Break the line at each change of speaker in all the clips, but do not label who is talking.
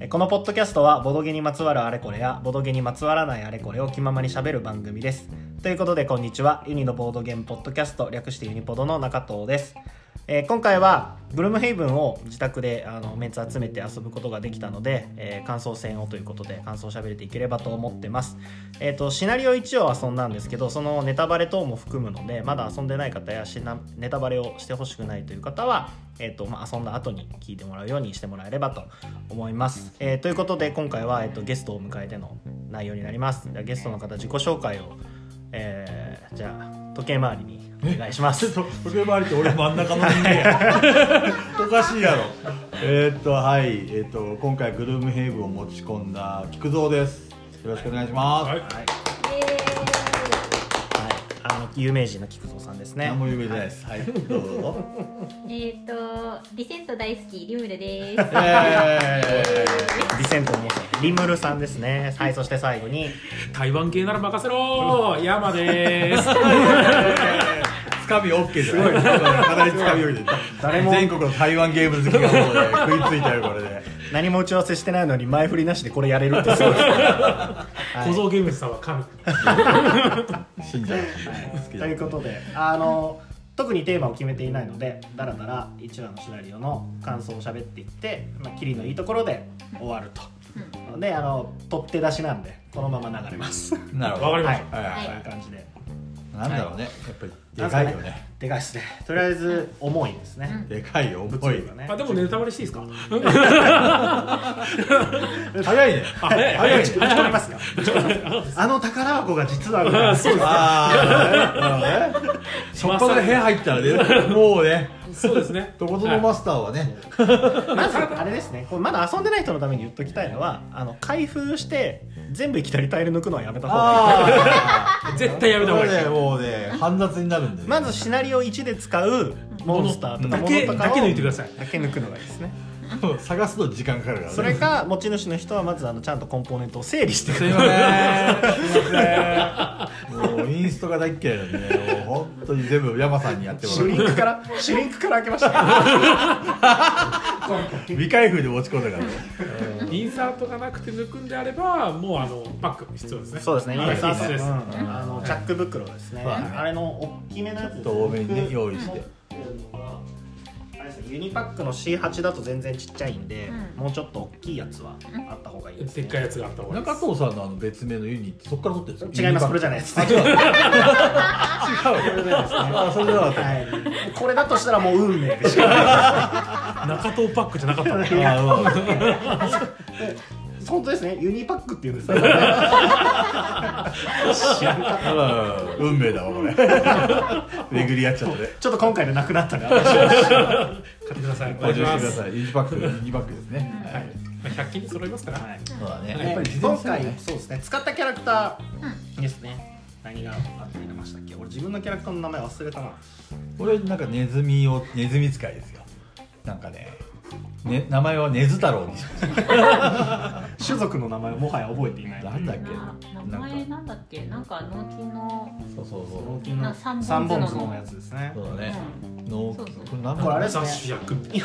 えこのポッドキャストはボドゲにまつわるあれこれやボドゲにまつわらないあれこれを気ままにしゃべる番組ですということでこんにちはユニのボードゲームポッドキャスト略してユニポドの中藤です、えー今回はブルームヘイブンを自宅であのメンツ集めて遊ぶことができたので、えー感想戦をということで感想をしゃべれていければと思ってますえー、とシナリオ1を遊んだんですけどそのネタバレ等も含むのでまだ遊んでない方やシナネタバレをしてほしくないという方は、えーとまあ、遊んだ後に聞いてもらうようにしてもらえればと思います、えーということで今回は、えー、とゲストを迎えての内容になりますではゲストの方自己紹介を、えーじゃあ時計回りにお願いしま
ちょっ
す
と時計回りって俺真ん中の人間やおかしいやろえー、っとはいえーっと今回グルームヘイブンを持ち込んだ菊蔵ですよろしくお願いします、
はい
はい、あの有名人の菊蔵さんですね
何も有名じゃないですはいどう ぞ
えっ、と、リセント大好き、リムルです。
えー
ディセントのリムルさんですねはいそして最後に
台湾系なら任せろー山で ーす
つかみ OK じゃないかなりつかみ OK で
誰も
全国の台湾ゲーム好きがもうね食いついたよこれで
何も打ち合わせしてないのに前振りなしでこれやれるってすごいですねはい
小僧ゲームズさんは神
信者好き
と
だ
いうことであの特にテーマを決めていないのでだらだら1話のシナリオの感想を喋っていって、まあ、キリのいいところで終わるとであの取っ手出しなんでこのまま流れますは
なるほど
わかりまし
い
た、
はいはい
こう
は
いう
い
感じで
なんだろうねやっぱりでかいよ
なんす
ね
でかいっすねとりあえず重いですね、
でかいよ重い
がね
あでもネタバレしていいですか
早いね
早い
早
早
い
い
打ち込みますよ打ち込み ますあの宝箱が実はみたいな
ああ、しょっぱなで部屋入ったらね、もうね、
そうですね
どこぞのマスターはね、
まずあれですねこれまだ遊んでない人のために言っときたいのはあの開封して全部いきなりタイル抜くのはやめた方がいい
あ
絶対や
あ、
めた方
こ
が
れ
い
ね、
い
もうね、煩雑になるんで、
まず、シナリオ1で使うモンスターとか
だ
物
け
とかを
だけ抜いてください
だけ抜くのがいいですね
探すの時間かかるからね。
それか持ち主の人はまずあのちゃんとコンポーネントを整理して
す いません。もうインストが大っ嫌いなんでね、もう本当に全部山さんにやっても
シュリン
ら
クからシュリンクから開けました
う。未開封で持ち込んだからね。
インサートがなくて抜くんであればもうあのバッグ必要ですね
そうですね
はい必須です、
うんあのチャック袋ですね
はい
あれの大きめのやつ
ちょ
で
っ
すね
と多めにね、用意して。
あれですねユニパックの C8 だと全然ちっちゃいんで、
う
もうちょっと大きいやつはあった方がいいです、
でっ
ね、
かいやつがあった方がいいで
中
す
藤さんのあの別名のユニってそこから撮ってる んですか
違いますこれじゃないです違う
あ、それじゃなかった。
はい、これだとしたらもう運命でしかない
中東パックじゃなかったの
あまあまあ
本当ですねユニパックっていうんですよね
まあまあ運命だわこれ 巡り合っちゃってね
ちょっと今回でなくなったね 私
買ってく ださいお
補
願いし
充して
ま
くだ
す
さいインジパックインジパックですね、
はいまあ100均に揃いますから、
はい
そうだね
はい
やっぱり事
今
前にそう
回
ね
そうですね使ったキャラクターですね、何があってましたっけ俺自分のキャラクターの名前忘れたな
俺なんかネズミをネズミ使いですよなんかねね名前はネズ太郎にしまし
種族の名前をもはや覚えていない
たなんだっけな
名前
んか
なんだっけ、なんか納期の。
そうそうそ
納金の
な三本
三本
角
角
の
のやつですね
うそうだねの
そうそう
これなん
これあれ
だ
で
ろう
すね
雑誌役みたい
今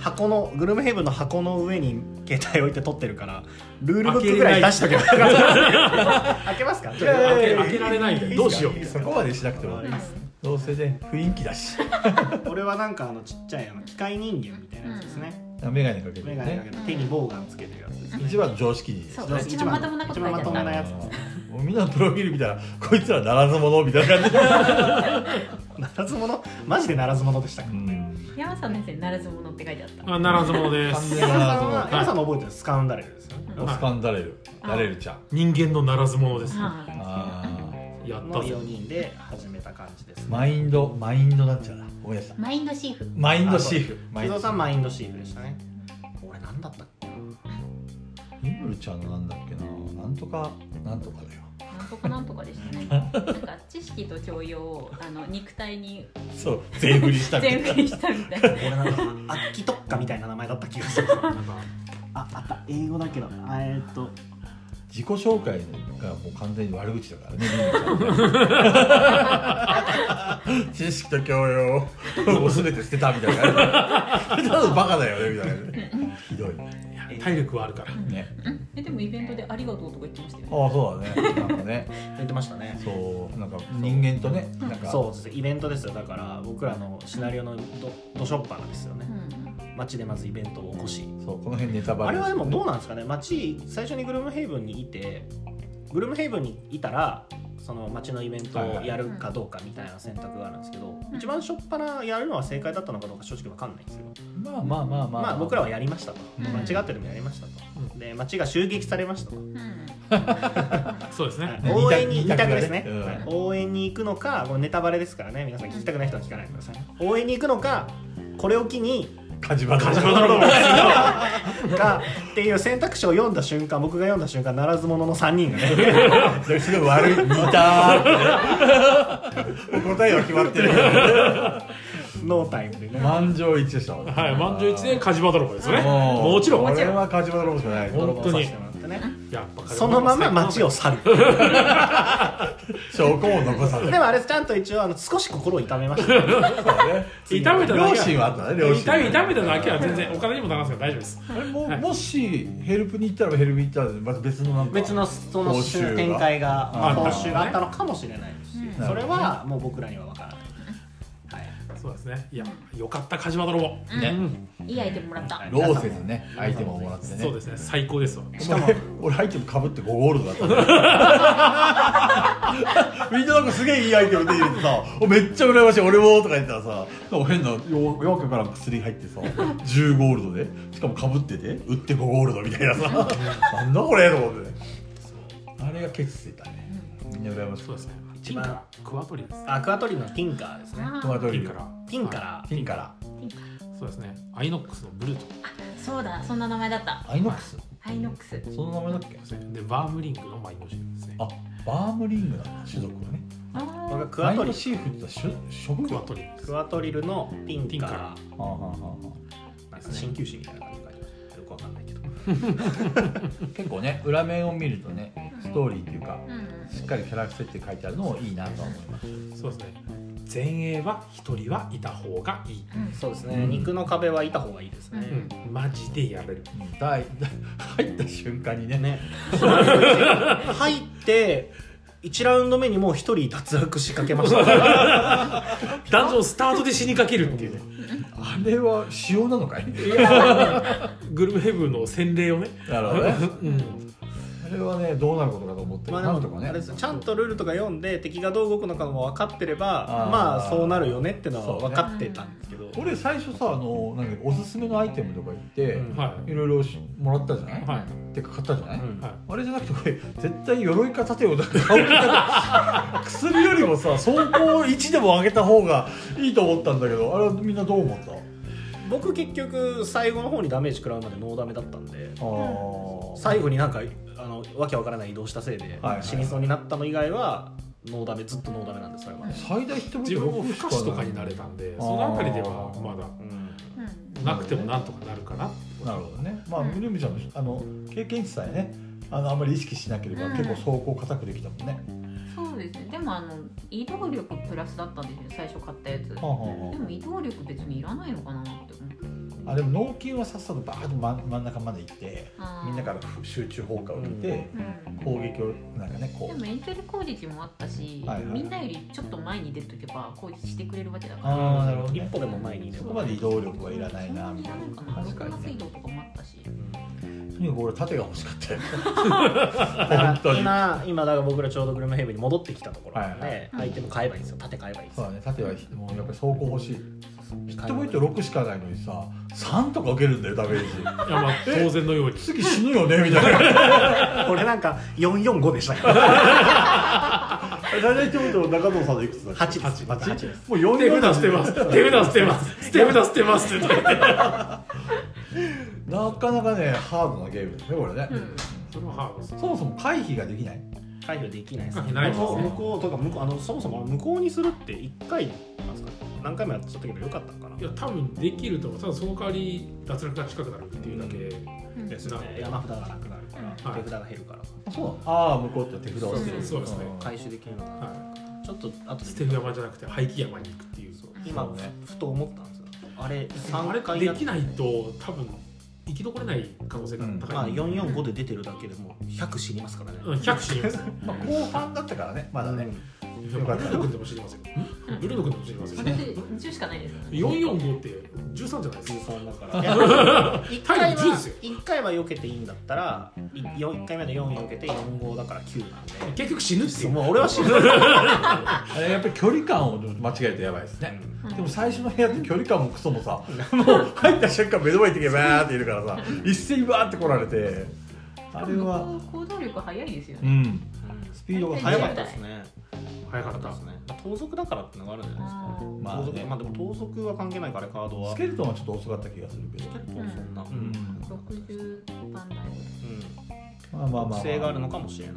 箱のグルメヘイブンの箱の上に携帯置いて撮ってるからルールブックぐらい出しとけば開けますか
いやいや
な開け開け られないみたいなどうしようみたい
そこまでしなくても
あいいっすね
どうせね雰囲気だし
俺はなんかあのちっちゃいあの機械人間みたいなやつですね、
眼鏡かけて
眼鏡かけ
ね
て手にボウガンつけてるやつですね
一番常識に
そう
一番
一番まともなこと書いてあった
一番まともなやつですね
うんもうみんなのプロフィール見たらこいつらならず者みたいな感じ
ならず者マジでならず者でしたからね、
山さんのやつにならず者って書いてあった。
なならずもので
完
す
山さんは
はい
山さんの覚えてるスカウンダレルですよね
オスカンダレル、ダレルちゃん。
人間のならずものです
は
あ
やった
の
ぜ
4人で始めた感じです
ー
ね
マインド、マインドなんちゃら。ごめんなさい
い。。マインドシーフ。
マインドシーフ。マイ
伊
ンド
藤
シー
さんマインドシーフでしたね俺なんだったっけな
フ。リムルちゃんのなんだっけな、なんとか、なんとかだよ。
なんとかなんとかでした ね。なんか知識と教養を、あの肉体に
そう、 全振りしたみたい
全
な。
振りしたみた いな。
俺なんかアッキトッカみたいな名前だった気がする
なんか
ああった英語だけどあえーっと
自己紹介がもう完全に悪口だからねみんな知識と教養を全て捨てたみたいな ただバカだよねみたいなねひどいね
いや 体力はあるから
えでもイベントでありがとうとか言ってましたよね
ああそうだねなんかね
言ってましたね
そうなんか人間とねなんか
そうですイベントですよだから僕らのシナリオのどどしょっぱなですよね
うん
街でまずイベントを起こし、
そうこの辺ネタバ
あれ
レ
はでもど
う
うなんですかね街最初にグルムヘイブンにいてグルムヘイブンにいたらその街のイベントをやるかどうかみたいな選択があるんですけど、
ん
一番初っ端やるのは正解だったのかどうか正直わかんないんですよ、
まあまあまあまあ、
まあ僕らはやりましたと、
うん
間違ってでもやりましたと、
うん
で街が襲撃されましたと、
うん
そうです
は
ね
い
ね
応援に
二
二
択
択ですね
二択だねう
は
ん
い応援に行くのかこれネタバレですからね皆さん聞きたくない人は聞かないでください応援に行くのかこれを機に
カジバカ
梶原泥棒
かっていう選択肢を読んだ瞬間僕が読んだ瞬間ならず者の3人がね
すごい悪い似たーって答えは決まってる
ノータイムでね
満場一致でした
はい満場一致で火事場泥棒ですよね
もう
もちろ
こ
ん
れはカジバ泥棒しかない
本当に
させてもらってね
やっぱ梶原泥棒
そのまま街を去る
証拠も残さず
でもあれちゃんと一応あの少し心を痛めましたね
痛めただ
両
け
親
は
はあったね両親
痛め痛めただけは全然お金にもならなくて大丈夫です
あれももしヘルプに行ったらヘルプに行ったらまた別のなんか
別のその
報酬が
展開がまあ
あ
報
った
酬があったのかもしれないですし
うん
それはもう僕らには分からないはい
そうですねいやよかった梶場泥棒
うん
ね
いいアイテムもらった
ローセスねアイテムをもらってね
そうですね最高ですわ
しかも 俺アイテムかぶって5ゴールドだったねみんななんかすげえいいアイテム手に入れてさ「おめっちゃ羨ましい俺も」とか言ってたらさなんか変なよ夜明けから薬入ってさ10ゴールドでしかもかぶってて売って5ゴールドみたいなさなんだこれと思ってねあれがケチついたねみんな羨まし
そう
い
ですねティンカラクワトリです
アクアトリのティンカーですね
あ
トマト
テ
リ
ィ
ー
ン
グ
カラ
ティンカラ
ティンから
そうですねアイノックスのブルート
そうだそんな名前だった
アイノックス
ハイノックス
その名前だっけ
ですねでバームリングのマインドシールですね
あバームリングなんだ種族はね
あ
これ
ー
がクアト
マインド
リ
シーフって言ったら種植
クワ
物
トリです
クアトリルのティンカ
ティンカラ
ラ
あはあはあはあ
なんか鍼灸師みたいな感じがよくわかんないけど
結構ね裏面を見るとねストーリーっていうか
うんうん
しっかりキャラクターって書いてあるのもいいなとは思います
そうですね前衛は一人はいた方がいい、
うん
そうですね、
うん
肉の壁はいた方がいいですね、
うん、マジでやれる
うんだい 入った瞬間にね
ね入って1ラウンド目にもう1人脱落しかけま した
ダンジョンスタートで死にかけるっていうね
あれは塩なのかい
グルメヘブンの洗礼をね、
なるほどね
うん、
あれはねどうなることかと思って
まあ
なん
で
と
も
か
あれ
ね
ですよちゃんとルールとか読んで敵がどう動くのかも分かってれば
あー
まあそうなるよねっての
そう
は
ね
分かってたんですけど、
俺最初さあのなんかおすすめのアイテムとか言って、
はい
ろいろしもらったじゃない、
は
てか買ったじゃない、
うん
いは
あれじゃなくてこれ絶対鎧か盾をだから買う気が 薬よりもさ走行1でも上げた方がいいと思ったんだけどあれはみんなどう思った
僕結局最後の方にダメージ食らうまでノーダメだったんで
あ
最後になんかあのわけわからない移動したせいで
はいはい
死にそうになったの以外はノーダメずっとノーダメなんですそれは、
あ最大一
い
文字
自分も
六しか
不可
ない
視とかになれたんでそのあたりではまだ
うん
うん
なくてもなんとかなるかな
なるほどねまあみるみちゃんのあの経験値さえねあのあんまり意識しなければ、
うん
結構走行硬くできたもんね、
そうですねでもあの移動力プラスだったんですよ最初買ったやつ
はあはあは
でも移動力別にいらないのかなって思って
あ、あでも脳筋はさっさとバーッと真真ん中まで行って
あー
みんなから集中砲火を受けて、
うん
攻撃をなんかねこ
で
う
も遠距離攻撃もあったし、
はいはい
みんなよりちょっと前に出とけば攻撃してくれるわけだから
ああなるほど、
一
ね、
歩でも前にいれ
そこ
ば
まで移動力はいらない
そん
なみ
にい
た
ら
い
ないか
な
な
確か
ロックマ
にね
ス移動とかもあったし
とにかく俺盾が欲しかったよ
だから
本当に
今今だから僕らちょうどグルメヘイブンに戻ってきたところなので、
はい
はい
アイテム買えばいいんですよ盾買えばいいんです
そう
よ、
だね盾はもうやっぱり走行欲しいヒットポイント
買えばいい
6しかないのにさ3とか受けるんだよダメージ
いやまあ当然のように
次死ぬよねみたいな
俺なんか445でしたけ ど
大体ってこと中藤さんのいくつだっけ
8です
八
8です
もう4
手
秒
札捨てます手札捨てます手札捨てますって言って
なかなかねハードなゲームですねこれね、
それもハードです
そもそも回避ができない
解除できないですね
ないですね
この向こうとか向こうあのそもそも無効にするって1回なんですか何回もやっちゃったけどよかったのかない
や多分できると思うただその代わり脱落が近くなるっていうだけ
うん
ですよね山札がなくなるから手札が減るから、
あそうなのああ向こうって手札を捨てる
そうそうそうですね
ん
回収できるのか
は
なちょっと後で
い、捨てる山じゃなくて廃棄山に行くっていう
今
そうね
ふと思ったんですよあれ
あ
3
れ
回
で
やっ
きないと多分生き残れない可能性が高い、
まあ445で出てるだけでもう100死にますからね、
うん、100死にますよ
まあ後半だったからねまだね、
ブルーノ君でも知りますよブルーノ君でも知りますよ
私10しかないです
445って13じゃないですか
13だから1回
タイム10で
は
すよ
一回は避けていいんだったら1回目の4避けて45だから9なんで
結局死ぬっていう
もう俺は死ぬ
あれやっぱり距離感を間違えるとやばいですね、
うん
でも最初の部屋って距離感もクソもさ、もう入った瞬間目の前に行けばーっているからさ一斉にバーって来られてあれは
行動力早いですよ
う
ね
ん
ス
スピードが
早
速
か
か
っ
ったた
ですね
早かった
ですね盗賊だからってのがあるんじゃないですか
あー
まあ
盗賊
ね
まあでも盗賊は関係ないからカードは
スケルトンはちょっと遅かった気がするけど
結構そんな、う
うんん
60番台
まあまあまあ、
性があるのか
も
もしれない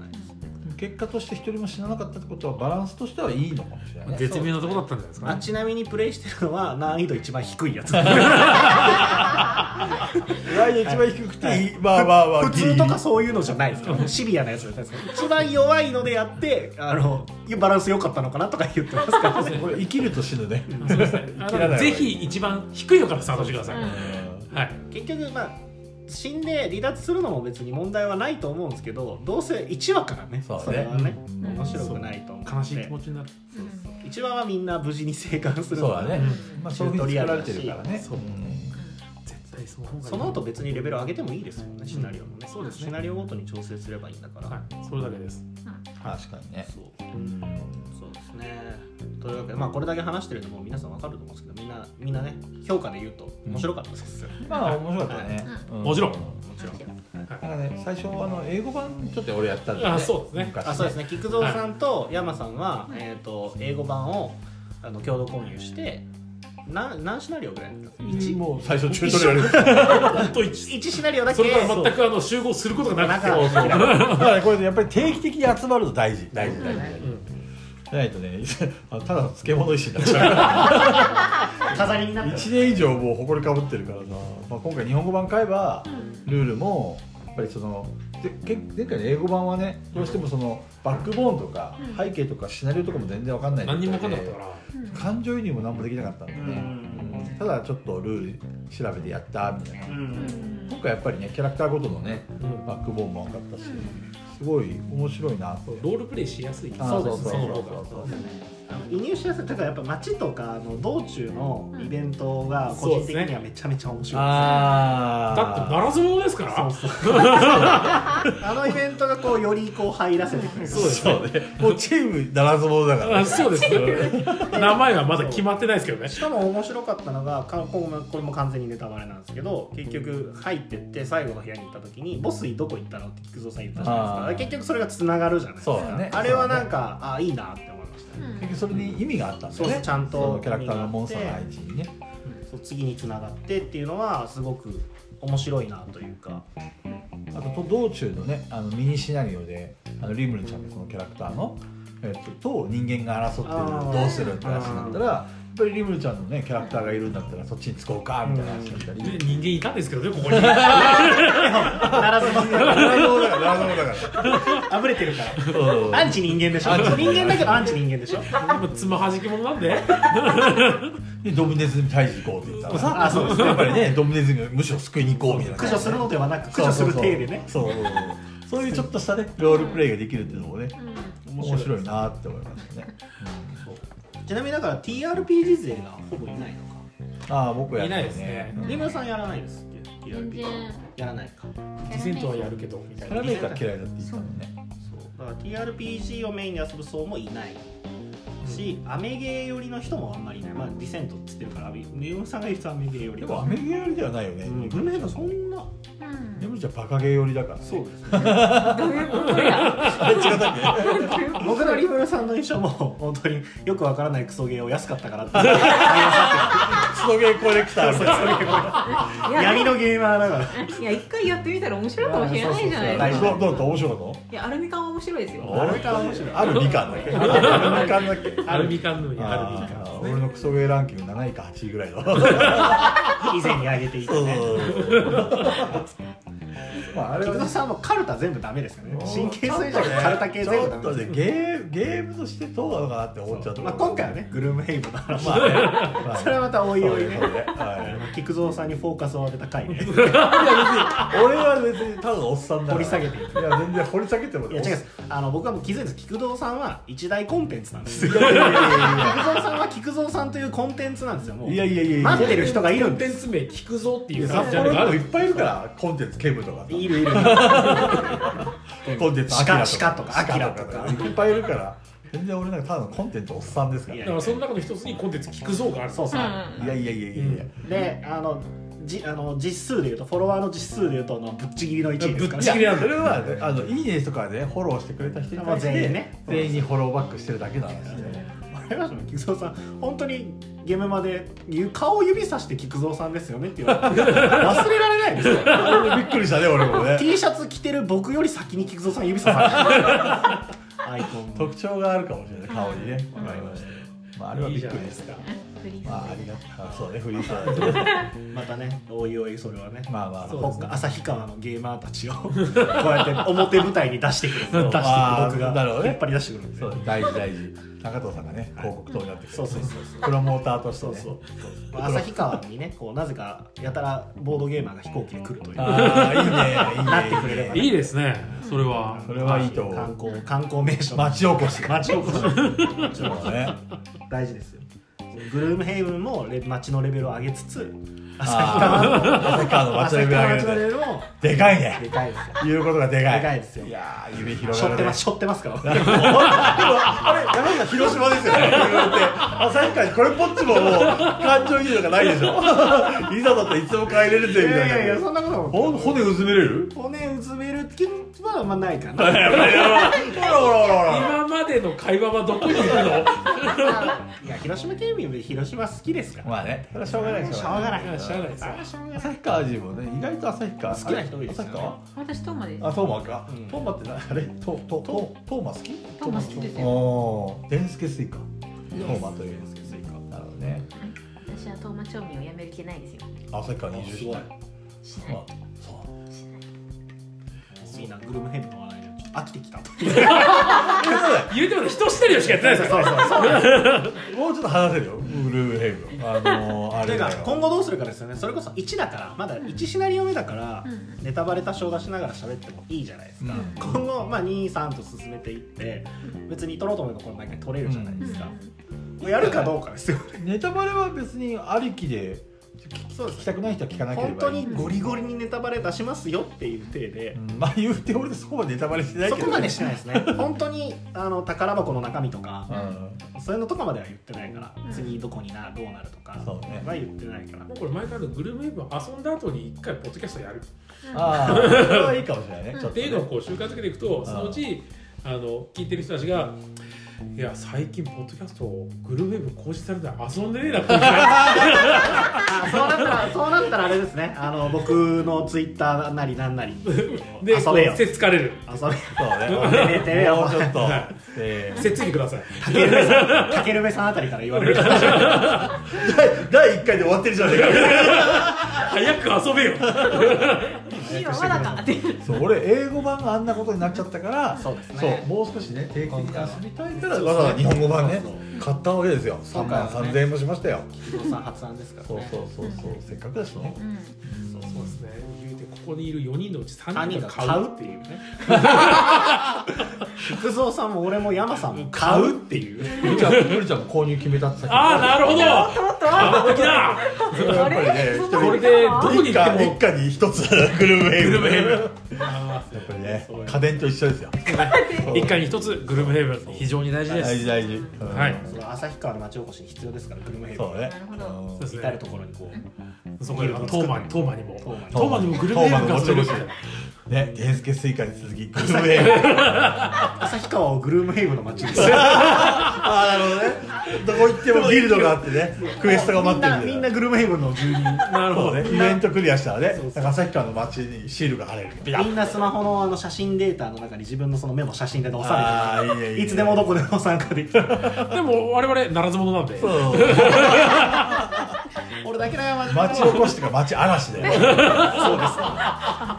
結果として一人も死ななかったってことはバランスとしてはいいのかもし れない、ね、
絶妙なとこだったんじゃないです
あ
かね
ちなみにプレイしてるのは難易度一番低いやつ
来年一番低くて、
はい
い、まあまあまあ
普通とか
ギ
そういうのじゃないですからシビアなやつです一番弱いのでやってあのバランス良かったのかなとか言ってますから
リギリこれ生きると死ぬね、うん
そうですねあ
切らない
のぜひ一番低いのからスタートしてください、
うん
はい
結局まあ死んで離脱するのも別に問題はないと思うんですけどどうせ1話からね
そうね
れはね
うん
面白くないと思って
悲しい気持ちになる
1話はみんな無事に生還するの
そうだね、まあ、そういうふうに作られてるからね
そう
うん
絶対その方がいい
その後別にレベル上げてもいいですもんねシナリオもね,、
そうですね
シナリオごとに調整すればいいんだから、
はいそれだけです
確かにね
そう
うん
そうですねというわけでまあこれだけ話してるのも皆さんわかると思うんですけどみんなみんなね評価で言うと面白かったです、
まあ面白かったね、う
もちろん
もちろん
なんかね最初あの英語版ちょっと俺やったん
あそうですね
昔
あそうですね菊蔵さんと山さんは、えー、と英語版をあの共同購入してな何シナリオぐらいだったんですか 1,
もう最初チュートリアル です
本当一
1シナリオだけ
それから全くあの集合することがなくて
そう
そうそう
だからこれやっぱり定期的に集まると大事大事大事大事じゃないとね あのただの漬物石になっちゃうから
飾りになった
1年以上もう埃かぶってるからさ、まあ、今回日本語版買えばルールもやっぱりそのでけ前回の英語版はねどうしてもそのバックボーンとか
うん
背景とかシナリオとかも全然わかんない
何にも分かんなかったから
感情移入も何もできなかったんでね、
うん
うんただちょっとルール調べてやったみたいな、
うん
今回やっぱりねキャラクターごとのね
うん
バックボーンも分かったしすごい面白いなと
ロールプレイしやすい
あ
そうです
そう
そ
そう
の
そう
方
そう
が
そう
あの移入しやすいだからやっぱ街とかの道中のイベントが個人的にはめちゃめちゃ面白いです
あ
だってマラソンですから
そうそうあのイベントがこうよりこう入らせてくれる
そうです
そうねもうチームならず者だから
あ
ね
そうですね名前はまだ決まってないですけどね
しかも面白かったのがかこれもこれも完全にネタバレなんですけど結局入ってって最後の部屋に行った時に「ボスイどこ行ったの?」って菊蔵さん言ったじゃないですか
あー
だから結局それがつながるじゃないですか
そうだね
あれはなんか、あいいなって思いましたね、
結局それに意味があったんです
そう
よね
ちゃん
その
と
キャラクターのモンスターの配
見
置にね
そう次につながってっていうのはすごく面白いなというか
あと道中のねあのミニシナリオであのリムルちゃんのそのキャラクターの、えっと、と人間が争って
あー
るどうするって話になったらやっぱりリムルちゃんのねキャラクターがいるんだったらそっちに使おうかみたいな話だったり。
ね人間いたんですけどねここ
な
に
らず
な
に
るほどだからなるほどだか
あぶれてるから
らうん
アンチ人間でしょ
アンチ
人間だけどアンチ人間でしょ
今つまはじき者なんで
でドブネズミ退治行こうって言ったらさ
あそうです
やっぱりねドブネズミをむしろ救いに行こうみたいな
駆除するのではなく駆除する体でね
そうそうそうそういうちょっとしたねロールプレイができるっていうのもね面白いなって思いましたね、
ちなみにだから TRPG 勢がほぼいないのか
うんああ僕やって
いないですね
リムさんやらないですっけ
全
TRPG
然
やらないか
ディセントはやるけどみたい
キャ
な
ラメーカー嫌いだって言ったもんね
そうだから TRPG をメインに遊ぶ層もいないし、アメゲー寄りの人もあんまりいないまあディセントっつってるからリムさんが言うとアメゲー寄り
でもアメゲー寄りではないよね。
うんリムさんそんな
でもじゃバカゲー寄りだから、ね。
そうです
あれ違ったっけ？
僕のリムさんの衣装も本当によくわからないクソゲーを安かったからってリム さ
スノゲーコレクターみたいな。
んって闇
い
のゲーマーだから
や一回やってみたら面白いかもしれないじゃない
大
で
丈夫
ど
すか
うどうだった面白かっ
いやアルミ缶は面白いですよ
た？
あれから面白い
ある二巻だっけ？ある二巻だっけ？
アルミ缶のようにアルミ缶
あー俺のクソゲーランキング7位か8位ぐらいの。
以前にあげていた
そう
ね
そうそうまあ、あれ
菊
は
蔵さんはもうカルタ全部ダメですからね神経衰弱、カルタ系
ちょ
全部
っ
ダ
と
メ
ね
です
ゲーゲームとしてどうなのかなって思っちゃうと
まあ、今回はねグルームヘイブンの話、
まあね、 まあ
それはまたおいおいね
そうねは
菊蔵さんにフォーカスを当てた回ね
い俺は別にただおっさんだから
掘り下げていく
いや全然掘り下げても
いや違うんですあの僕はもう気づいてます菊蔵さんは一大コンテンツなんですよ菊蔵さんは菊蔵さんというコンテンツなんですよもう
いやいやいやいや
待ってる人がいる
コ
ん
ンテ
で
ン
す
ツ名聞くぞっていう
札
ジャンル
幌
が
に
あ
も
る
いっぱいいるからコンテンツケムとかさ
いるいる
コンテンツ
シカシカ
ア
と
キ
かアキラ
ラ
と
と
か
かいっぱいいるから全然俺なんかただのコンテンツおっさんですから
い
い
や
や
だからその中の一つにコンテンツ聞くぞがある
そうそう、
いやいやいやいや
であのじあの実数でいうとフォロワーの実数でいうとのぶっちぎりの1位ですか
ぶ
ら
っちぎり
いやそれはねあのいいねとかねフォローしてくれた人に対して
まあ全員ね
全員にフォローバックしてるだけなんですね
あれはその菊蔵さん本当にゲームまで顔を指さして菊蔵さんですよねって言われて忘れられないですよ
びっくりしたね俺もね
T シャツ着てる僕より先に菊蔵さん指さされてるアイコン
特徴があるかもしれない顔にね
ん
わかりましたまああれはびっくりです
か
フリー
まああ
素
りがたそうねフリースタイルね
またねおいおいそれはね
まあまあ
そ
そうう
ですね旭川のゲーマーたちを こうやって表舞台に出してくる
出してくる
僕
なるほ
が
どね
引っ張り出してくるんで
そう大事大事中藤さんがね広告塔になってくる
そうそうそう
プロモーターとして
そう
ね
そうまあ旭川にねこうなぜかやたらボードゲーマーが飛行機で来るという
ああいいねいいね
なってくれれば
いいですねそれは
それはいいと思
観
う
光観光名所
町おこし
町おこし
そうね
大事ですよグルームヘイブンもレ町のレベルを上げつつ旭川の
あー旭川の町レベル上
旭川の町のレベ
げる
ルも
でかい
で
ね
かいですよ
言うことがでかい
でかいですよ
いやー夢
し
広
ょ
が
っ
る
てま
ね
すしょってますから
でもあれ山下広島 ですよね旭川にこれっぽっちももう感情移入がないでしょ いざだったらいつでも帰れるぜみ
い
たいな
やいやいやそんなことも
ほ骨うずめれる
骨うずめる気はあんまないかない
ほらほらほらほら
今までの会話はどこに行くの
や広島県民で広島好きですから
まあねそれはしょうがないです
しょうがない
いやしょうがないですよ
しょうがない
旭川人もね意外と旭川
好きな人多いですよ
旭
ね
川
敵私トーマです
あトーマか、
うん
トーマってなあれトトトトーマ好き
トーマ好きですよ
おお伝助スイカトーマという
ですけどいいか
なるほどね
私はトーマ調味をやめる気ないですよ
旭川二十
すごい
しない
あそう
しない
いいなグルメヘッドの話でちょっと飽きてきた
言うても人してるよしかやってないです
そ
よ
うそうそう
もうちょっと話せるよブルーヘイブンあのー、あ
とい
れ
う
だ
か
よ
今後どうするかですよねそれこそ1だからまだ1シナリオ目だから、
うん
ネタバレ多少出しながら喋ってもいいじゃないですか、
うん
今後、まあ、23と進めていって別に取ろうと思えばこれ毎回取れるじゃないですか、もうやるかどうかですよね
ネタバレは別にありきで
そうで
聞きたくない人は聞かなければい
本
い
当にゴリゴリにネタバレ出しますよっていう体で
う、んまあ言うて俺そこまでネタバレしてない
そ
けど
こまでしてないですね本当にあの宝箱の中身とか
う、
そういうのとかまでは言ってないから、
うん
次どこになどうなるとか
そうね
は言ってない から、
もうこれ前からのグルメイブ遊んだ後に一回ポッドキャストやる
んああそれはいいかもしれないねちょ
っ
ってと
い
ね
うのをこう習慣づけていくとそのうちあの聞いてる人たちが「いや最近ポッドキャストグルメイブ更新されたら遊んでねえな」って言って
あそうなったらそうなったらあれです ねあの僕のツイッターなりなんなり
で
遊べよ
せつかれる
遊べ
そうね
めてめよ
もうちょっ と
は
えー
せっついてください
たけるめさんたけるめさんあたりから言われ る
第第1回で終わってるじゃねえか
早く遊べよ
いいわまだかって
そう俺英語版があんなことになっちゃったから
そうですね
そうもう少しね定期的に遊びたいからわざわざ日本語版ね買ったわけですよ3万
そう
3000円もしましたよ
菊蔵さん発案ですから
そう
ね
そうそうそうせっかくだしね
うん
そうですね言うてここにいる4人のうち3
3
人
人
が
が
買
買
う
うっていうね 菊蔵さんも俺も山さんも買うっていう
ゆりちゃんゆりちゃんも購入決めたってさっき
ああなるほど
おっとあ
完璧だ
やっぱりね
そ
一
んな
こ
こ
れ
人
と
でどこに
一
行って
家
も
一家に一つグルームヘイブ
グルメヘイブン
やっぱりね
そうよ
家電と一緒ですよ
一回に一つグルメヘイブン非常に大事で
大事
す
大事
はい
うん
その旭川の町おこしに必要ですからグルメヘイブン
そうね
なるほど
うん
そうです
至
ね
る所にこう
そこにいるトーマにトーマにもト
ーマに
ーマにもグルメヘイブンが遊べる
トーマのね、源助スイカに続き、グルメヘイ ブン。
旭川をグルームヘイブンの町に
ああ、なるほどね。どこ行ってもギルドがあってね、クエストが待ってる
みんなみん
ん
な
だ
グルームヘイブンの住人
なるほ
そ
ど
うね、イベントクリアしたらね、なんか旭川の街にシールが貼れる。ビ
みんなスマホのあの写真データの中に自分のそのメモ写真で載さ
ああ、いい
れ
ねいい
て
ね
いつでもどこでも参加できる
でも我々ならず者なんで
そう。
俺だけだよマジで
町おこしとか町嵐 だよ
そうですね
愛しちゃ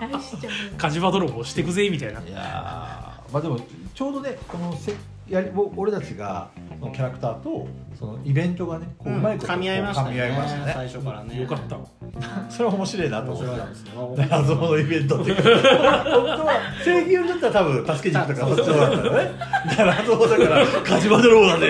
う
火事場泥棒してくぜみたいない
やーまあでもちょうどねこのせやりお俺たちがそのキャラクターとそのイベントがねこううまいことこう
噛み合いましたね
噛み合いましたね
最初からね
よかったわ
それは面白いなと
面
思
白
っ
い
た
ですねまあ
謎のイベントっていうか本当は正義寄りだったら多分助けに行くとかそっちの方だったらねだから謎だから勝ち場泥棒だね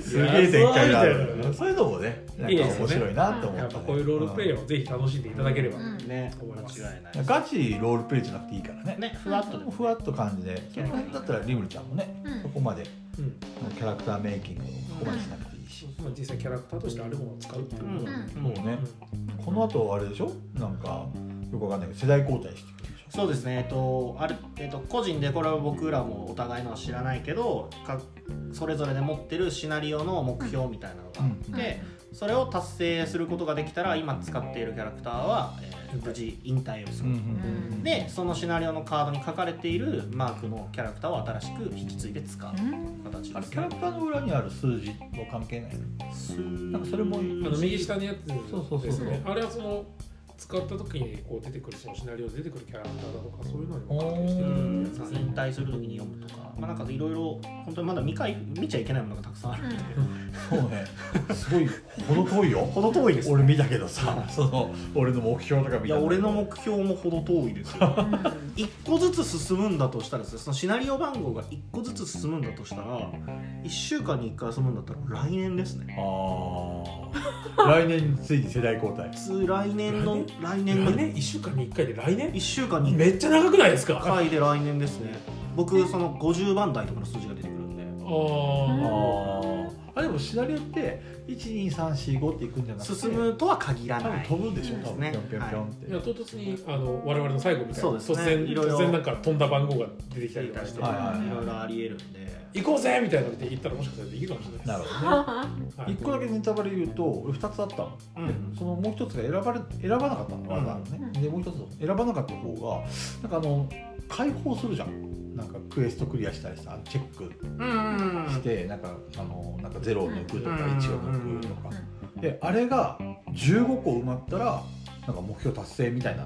すげえ展開がある
いや
そういうのもねなん
いい
か
ですね
面白いなと思ったね
やっぱこういうロールプレイをぜひ楽しんでいただければ、
うん
ね
思います
間違いない
うんガチロールプレイじゃなくていいからね
ねふわっとでも
ふわっと感じでその辺だったらリムルちゃんもね、
うん
そこまで
うん
キャラクターメイキングをここまでしなくていいし、
まあ、実際キャラクターとしてあるものを使うっていうのも、
うん
もうね、この後あれでしょなんかよくわかんないけど世代交代してくるでしょ
そうですね、えっとあるえっと、個人でこれは僕らもお互いのは知らないけどかそれぞれで持ってるシナリオの目標みたいなのがあって、それを達成することができたら今使っているキャラクターは、えー無事引退をす
う
る、
んうんうん
でそのシナリオのカードに書かれているマークのキャラクターを新しく引き継いで使う形で
あれ
す
キャ
ね
ラクターの裏にある数字も関係ないなんかそれも
あの右下のやつ
そうそうそう
ですねあれはその使った時にこう出てくるそのシナリオで出てくるキャラクターだとかそういうのにも関係して
う
る
ん
やつですね
引退する時に読むとか、まあ、なんかいろいろ本当にまだ見かい見ちゃいけないものがたくさんあるんで、
そうねすごいほど遠いよ
ほど遠いですね
俺見たけどさその俺の目標とか見た
いや俺の目標もほど遠いですよ 一個ずつ進むんだとしたらですねそのシナリオ番号が一個ずつ進むんだとしたら一週間に一回進むんだったら来年ですね
あー来年ついに世代交代
普通来年の来年
来
の
年1週間に1回で来年
一週間に一
めっちゃ長くないですかあ
回で来年ですね僕その50番台とかの数字が出てくるんで
ー
あーあでもシナリオって12345っていくんじゃなくて
進むとは限ら
多
な
分
い
飛ぶんでしょ多分
ね
ぴょんぴょんぴょんって
いや唐突にあの我々の最後みたい
そう
な、
です
突
ね
然
いろいろ
突然なんか飛んだ番号が出てきた
聞
り
い
と
た
か
り
し
と
て、
か、
はい
いろいろありえるんで
行こうぜみたいなので行ったらもしかしたらできるかもしれないです
なるほどね
はい
1個だけネタバレ言うと俺2つあったの
うん
そのもう一つが選ばれ選ばなかったのわざわざね、でもう一つ選ばなかった方がなんかあの解放するじゃんなんかクエストクリアしたりさチェック
うん
して、なんかあのなんか0を抜くとか
うん
1を抜くとか、であれが15個埋まったらなんか目標達成みたいな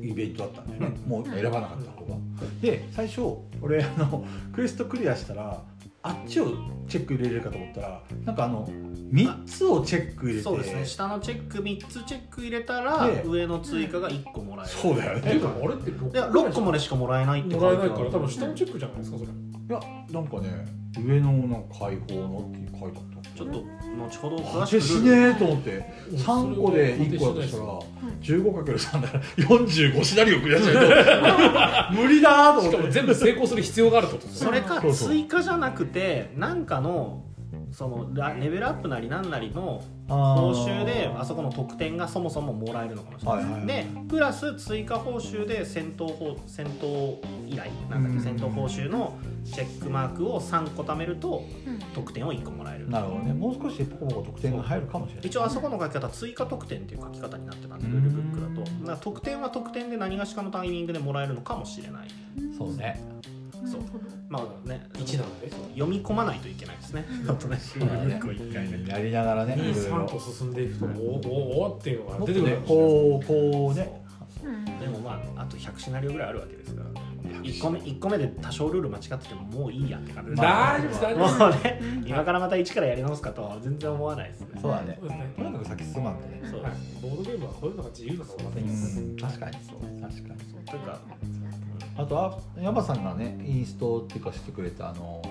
イベントだったんだよね、
うん
もう選ばなかった方が、で最初俺あのクエストクリアしたらあっちをチェック入れれるかと思ったらなんかあの3つをチェック入れて
そうですね下のチェック3つチェック入れたら
で
上の追加が1個もらえる
そうだよ
って
ね
いうかあれって6
い
個
や6個までしかもらえないって書
もらえ
て
な
あ
い
る
から多分下のチェックじゃないですかそれ
いやなんかね上のなんか解放のって書いてあった
ちょっと後ほど詳
果
してく
し
ルール
ねえと思って3個で1個だとしたら 15×3 だから45シナリオクリアしない と無理だーと
しか
思
も
って
全部成功する必要があるってことですね
それか
そうそう
追加じゃなくてなんかのそのラレベルアップなりなんなりの報酬であそこの得点がそもそももらえるのかもしれない,、
はいはい
でプラス追加報酬で戦闘報戦闘依頼なんだっ
うん
け戦闘報酬のチェックマークを3個貯めると得点を1個もらえる
なるほどねもう少しポコポコ得点が入るかもしれない
一応あそこの書き方追加得点っていう書き方になってたんでルールブックだとだから得点は得点で何がしかのタイミングでもらえるのかもしれない
そうね
そうまあね
1なので
読み込まないといけないですね。ちょっとね、
うだねやりながらねいろい
23
ろ
個進んでいくとおーおーおーっていうのが
もっ
出
と
てくる
ね
かもしれない
こ
です
うこうね
でもまああと100シナリオぐらいあるわけですから、1個目一個目で多少ルール間違っててももういいやって感じです。
まあ
大丈夫です大丈夫です
もうね、今からまた一からやり直すかとは全然思わないですね。
そうだね
そうですね
とにかく先進まんだね
そう
はいボードゲームはこういうのが自由なのがまたいいです
うん確かに確かに
というか、
あとあ山さんがねインストっていうかしてくれたあの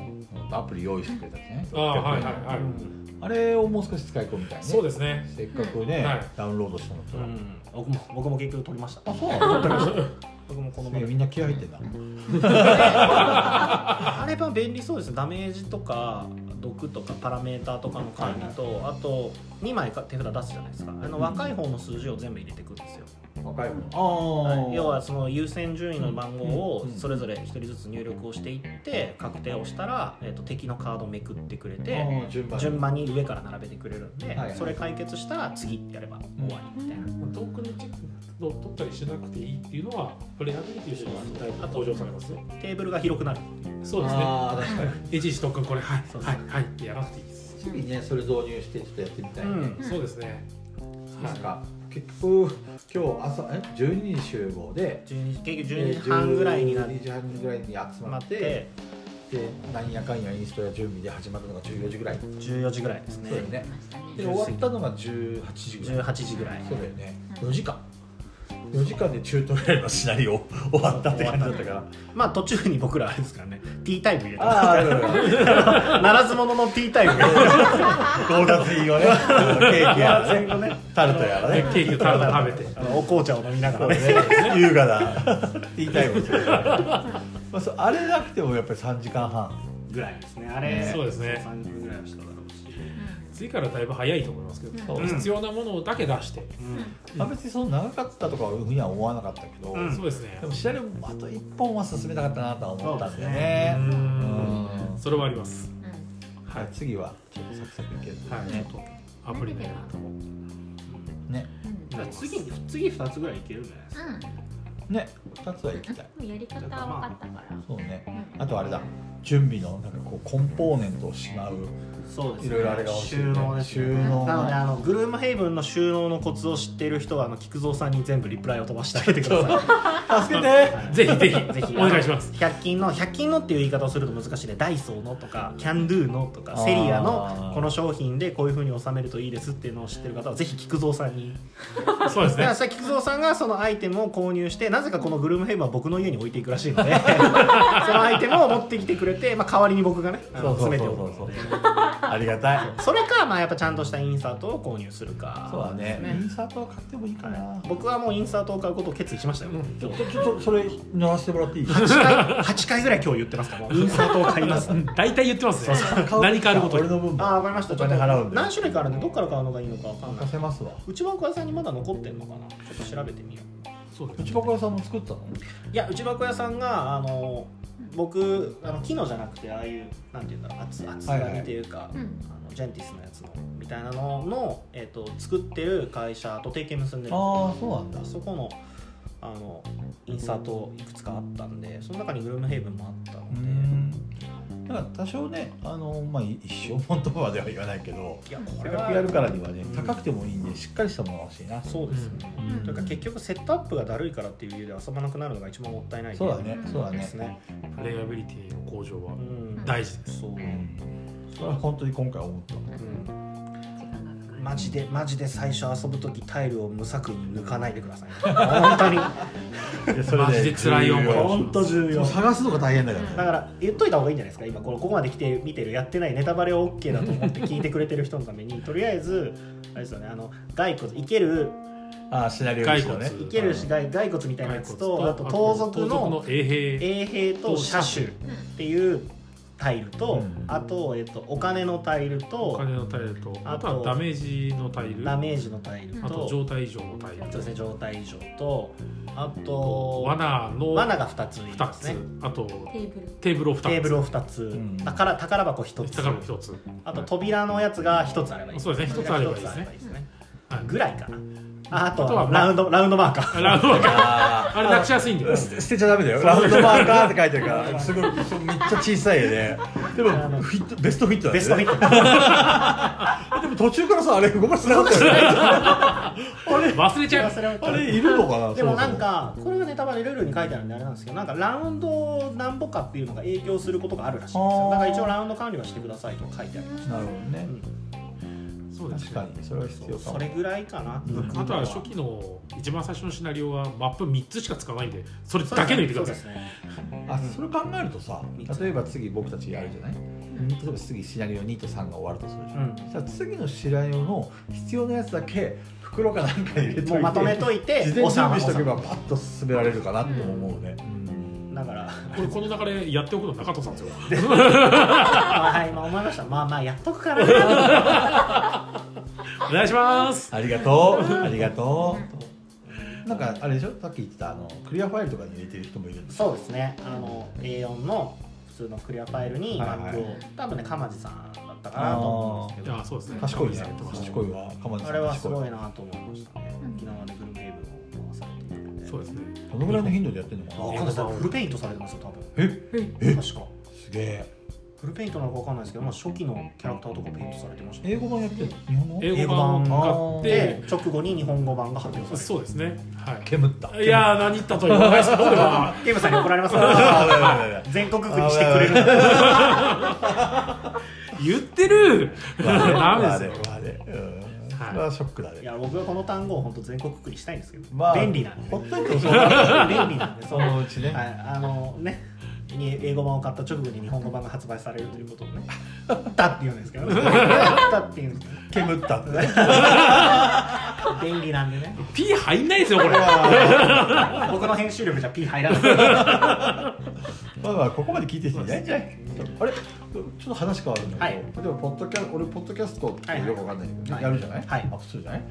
アプリ用意してくれたじゃない
あーはいはいはい
うん
あれをもう少し使い込みたいね
そうですね
せっかくね、
はい
ダウンロードしたの
う
と、
ん、僕も僕も結局取りました。
あそうなの
僕もこの
す
場
げえ
で
みんな気合入ってんだ
あれば便利そうですねダメージとか毒とかパラメーターとかの管理とあと2枚か手札出すじゃないですかあの若い方の数字を全部入れていくんですよ、
若いも
は
んあ
い
あ
要はその優先順位の番号を
うんうん
それぞれ1人ずつ入力をしていって確定をしたら、えー、と敵のカードをめくってくれて
順番
順番に上から並べてくれるんで
はいはい
それ解決したら次やれば終わりみたいな。
トークのチェックを取ったりしなくていいっていうのはプレイヤビリティとしては登場されますね
テーブルが広くなる
そうですね
ああ確かに
えじしとくんこれはい
そう
はいはいってやらなくていいです
日々ねそれ導入してちょっとやってみたいね、
うん
そうですね
なんか結局今日朝え12時集合で
12結局12時半ぐらいになっ
12時半ぐらいに集ま
待
っ
ってて
でなんやかんやインストや準備で始まるのが14時ぐらい
14時ぐらいですね
そうだよね
ました
で
ね。
終わったのが18時ぐらい
18時ぐらい
そうだよね
うん
4時間4時間で中東
のシナリオ終わったって感じだったから
まあ途中に僕らあれですからねティータイム入れてます
ああーあるあ る
ならず者のティータイム入れてます
強奪品をねケーキや
戦後ね
タルトやらね
ケーキをた だ食べて
あのお紅茶を飲みながらね
優雅な ティータイムをするまあそうあれなくてもやっぱり3時間半
ぐらいですねあれ
そうですね
30ぐらいはしただろうし
次からだいぶ早いと思いますけど、
うん
必要なものだけ出して、
まあ別にその長かったとかはふうには思わなかったけど、
うん
そうですね
でもシナリオもあと一本は進めたかったなとは思ったんだよ
う
ね。う
うん
ん
それはあります
はい、次はちょっとサクサクいけると
はい、
ね。
アプリで
ね、
うん
だから次次2つぐらいいけるんじゃないですか
うん。
ね、二つは行きたい。
うん。やり方は分かったから。
そうね。
うん
あとあれだ、準備のなんかこうコンポーネントをしまう。
そうですね
いろいろあれが欲しいね
収納ですね
収納
なのであのグルームヘイブンの収納のコツを知っている人はあの菊蔵さんに全部リプライを飛ばしてあげてください
助けて。
ぜひぜひ
ぜひ
お願いします
100均の100均のっていう言い方をすると難しいでダイソーのとかキャンドゥのとか
あー
セリアのこの商品でこういうふうに収めるといいですっていうのを知ってる方はぜひ菊蔵さんに
そう
だか
ですね
らさ菊蔵さんがそのアイテムを購入してなぜかこのグルームヘイブンは僕の家に置いていくらしいのでそのアイテムを持ってきてくれて、まあ、代わりに僕がねあの
そうそ
詰
う
めて
そ
お
う
く
そうそう
ので。
ありがたい。
それかまあやっぱちゃんとしたインサートを購入するか
そうだね。インサートは買ってもいいかな。
僕はもうインサートを買うことを決意しましたよ、
ちょっとちょっとそれ乗らせてもらっていい？
8回8回ぐらい今日言ってますからもうインサートを買います
うん大体言ってますね何かあること
俺
に
の分
あ
も
あ分かりました
お金払うんで
何種類かあるんでどっから買うのがいいのかわかんない
任せますわ。
内箱屋さんにまだ残ってんのかなちょっと調べてみよう
そうです
内箱屋さんも作ったの？
いや内箱屋さんがあの僕あの木のじゃなくてああいうなんていうんだろう厚厚
はいはい
紙っていうか、
うん
あのジェンティスのやつのみたいなのの、えっと作ってる会社と提携結んでるんですよ
ああそうなんだ。
そこのあのインサートいくつかあったんでその中にグルームヘイブンもあったの
う
で、
んだから多少ねあの、まあ、い一生もんとまでは言わないけど
いやこ
せ
れ
っかくや
は
るからにはね
うん
高くてもいいんでしっかりしたものが欲しいな、
そうですね、
うん
というか結局セットアップがだるいからっていう理由で遊ばなくなるのが一番もったいない
そうだね
ん
そうだ
で
ね
すね、
プレイアビリティの向上は
うん
大事です
そう、う
それは本当に今回思った
ん、
時間がかかる。
マジでマジで最初遊ぶ時タイルを無作為に抜かないでください 本当に
いやそ
マジで辛い思いを
本当重
そ
要
う探すのが大変だからね、
だから言っといた方がいいんじゃないですか今このここまで来て見てるやってないネタバレを OK だと思って聞いてくれてる人のためにとりあえずあれですよねあの骸骨いける
ああシナリオにし
骸
ね
骨
いけるし骸骸骨みたいなやつとあと盗賊の
衛兵
衛兵と車種っ
うん。
ていうタイルと、
うん
あと、えっと、お金のタイル
お
と
金のタイルと
あ
あ
と
とはダメージのタイル
ダメージのタイル
うん
あと
と
状態異常のタイル
そうですね状態異常とあと
罠の
罠が2ついり
2
ま
つ
すね
あと
テーブル。
テーブルを2つ
テーブルを2つ、
ん
宝宝箱1つ
だから1つ
あと扉のやつが一つあればいい。
そうですね一つあればいいで
一つ
すね
あればいい
はい
ぐらいかな。ああと
あとは
は
まあ
ラウンドラウンドマーカー。
ラウンドマーカー
あ
あれなくしやすいんだ よ
あ捨て捨てちゃダメだよラウンドマーカーって書いてるからすごいめっちゃ小さいよねで
あの
もフィットベストフィットだ
ベストフィ
ッ
ット。
トでも途中からさあれごまつながったよねあれ
忘れちゃう
あれいるのかな
でもなんかこれはネタバレルールに書いてあるんであれなんですけどなんかラウンドなんぼかっていうのが影響することがあるらしいんです
あ
よ
ー
だから一応ラウンド管理はしてくださいと書いてある、
なるほどね
そうです
確
ね
かにそれは必
そ
要
う
か
そ
も
れぐらいかな、
うん
あとは初期の一番最初のシナリオはマップ3つしか使わないんでそれだけ抜いてください
そうですね
あそれ考えるとさ例えば次僕たちやるじゃない例えば次シナリオ2と3が終わるとするじゃん、
うん
そしたら次のシナリオの必要なやつだけ袋かなんかに入れといて
もうまとめといて
事前準備しておけばパッと進められるかなとも思うね、
だから
これこの流れやっておくの中藤さんですよ
まあはいまあ思いましたまあまあやっとくからな
お願いします
ありがとうありがとう なんかあれでしょさっき言ってたあのクリアファイルとかに入れてる人もいるんです
そうですねあの A4 の普通のクリアファイルにマップを、
はいはい
多分ね鎌地さんだったかなと思うんですけ
い
ど
やそうですね
賢いね
賢
賢いわ鎌田さ
あ
ん
れはす
賢い
ごいなと思いましたね
うん
沖縄でグルメイブを回されているので
そうですね
どのぐらいの頻度でやってんのか
あ
な
かんないですフルペイントされてますよ多分確
え
か
すげえ
フルペイントなのかわかんないですけど、まあ、初期のキャラクターとかペイントされてました、
英語版やってる日本語
英語版を買って
で直後に日本語版が発表されて
そうですねはい
煙った
いやー何言ったとは言わないですけどは
ゲームさんに怒られますから
あ
全国区にしてくれるな
言ってるダメですよ
よ。あれうんそ
はい
れはショックだ
い
ね。
や僕はこの単語を本当全国区にしたいんですけど、
まあ
便利なんで
ほ
便
っといてもそうだね
利なんでそ
そ
の
のうちね。
はい、あのねに英語版を買った直後に日本語版が発売されるということをね「だ」って言うんですけどね「だ」って言うんです
煙ったって ね。
けど便利なんでね
P 入んないですよこれは
僕の編集力じゃ P 入らない
まあまあここまで聞いてる人いないんじゃないあれちょっと話変わるんだけど、例えばポッドキャスト俺ポッドキャストってよくわかんないけど、
はいはい
やるじゃない、
はい
アップするじゃない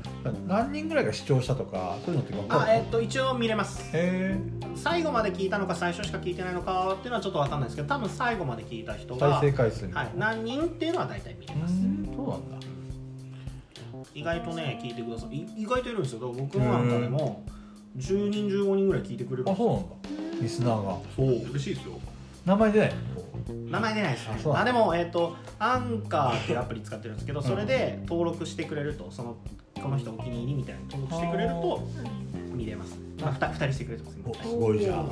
何人ぐらいが視聴したとかそういうのって分か
あ
る
えっと一応見れます
へ
最後まで聞いたのか最初しか聞いてないのかっていうのはちょっとわかんないですけど多分最後まで聞いた人が、
え再
は
生
い、
回数みたいな、
何人っていうのは大体見れ
うー
ます
んそうなんだ
意外とね聞いてくださいい意外といるんですよ僕のなんかでも10人15人ぐらい聞いてくれるん
あ
ですよ
そうなんだリスナーが
そう嬉しいですよ
名前出ない
名前出ないですね
あそう
ま
な
あ
ん
でもえっ、とアンカーっていうアプリ使ってるんですけどそれで登録してくれるとそのこの人お気に入りみたいに登録してくれると見れます、まあ、2, 二人してくれてます、ね
おすごいじゃん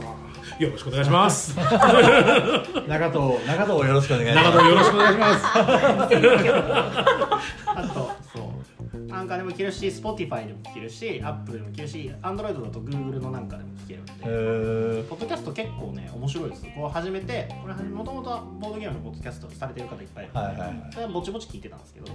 よろしくお願い します
長藤長藤をよろしくお願いします
長友よろしくお願いします
あとそうアンカーでも聞けるし Spotify でも聞けるし Apple でも聞けるし Android だと Google のなんかでも聞けるんで
へー
ポッドキャスト結構ね面白いですこう始めてこれもともとボードゲームのポッドキャストされてる方いっぱいいるんで、
はいはいはい
それはぼちぼち聞いてたんですけど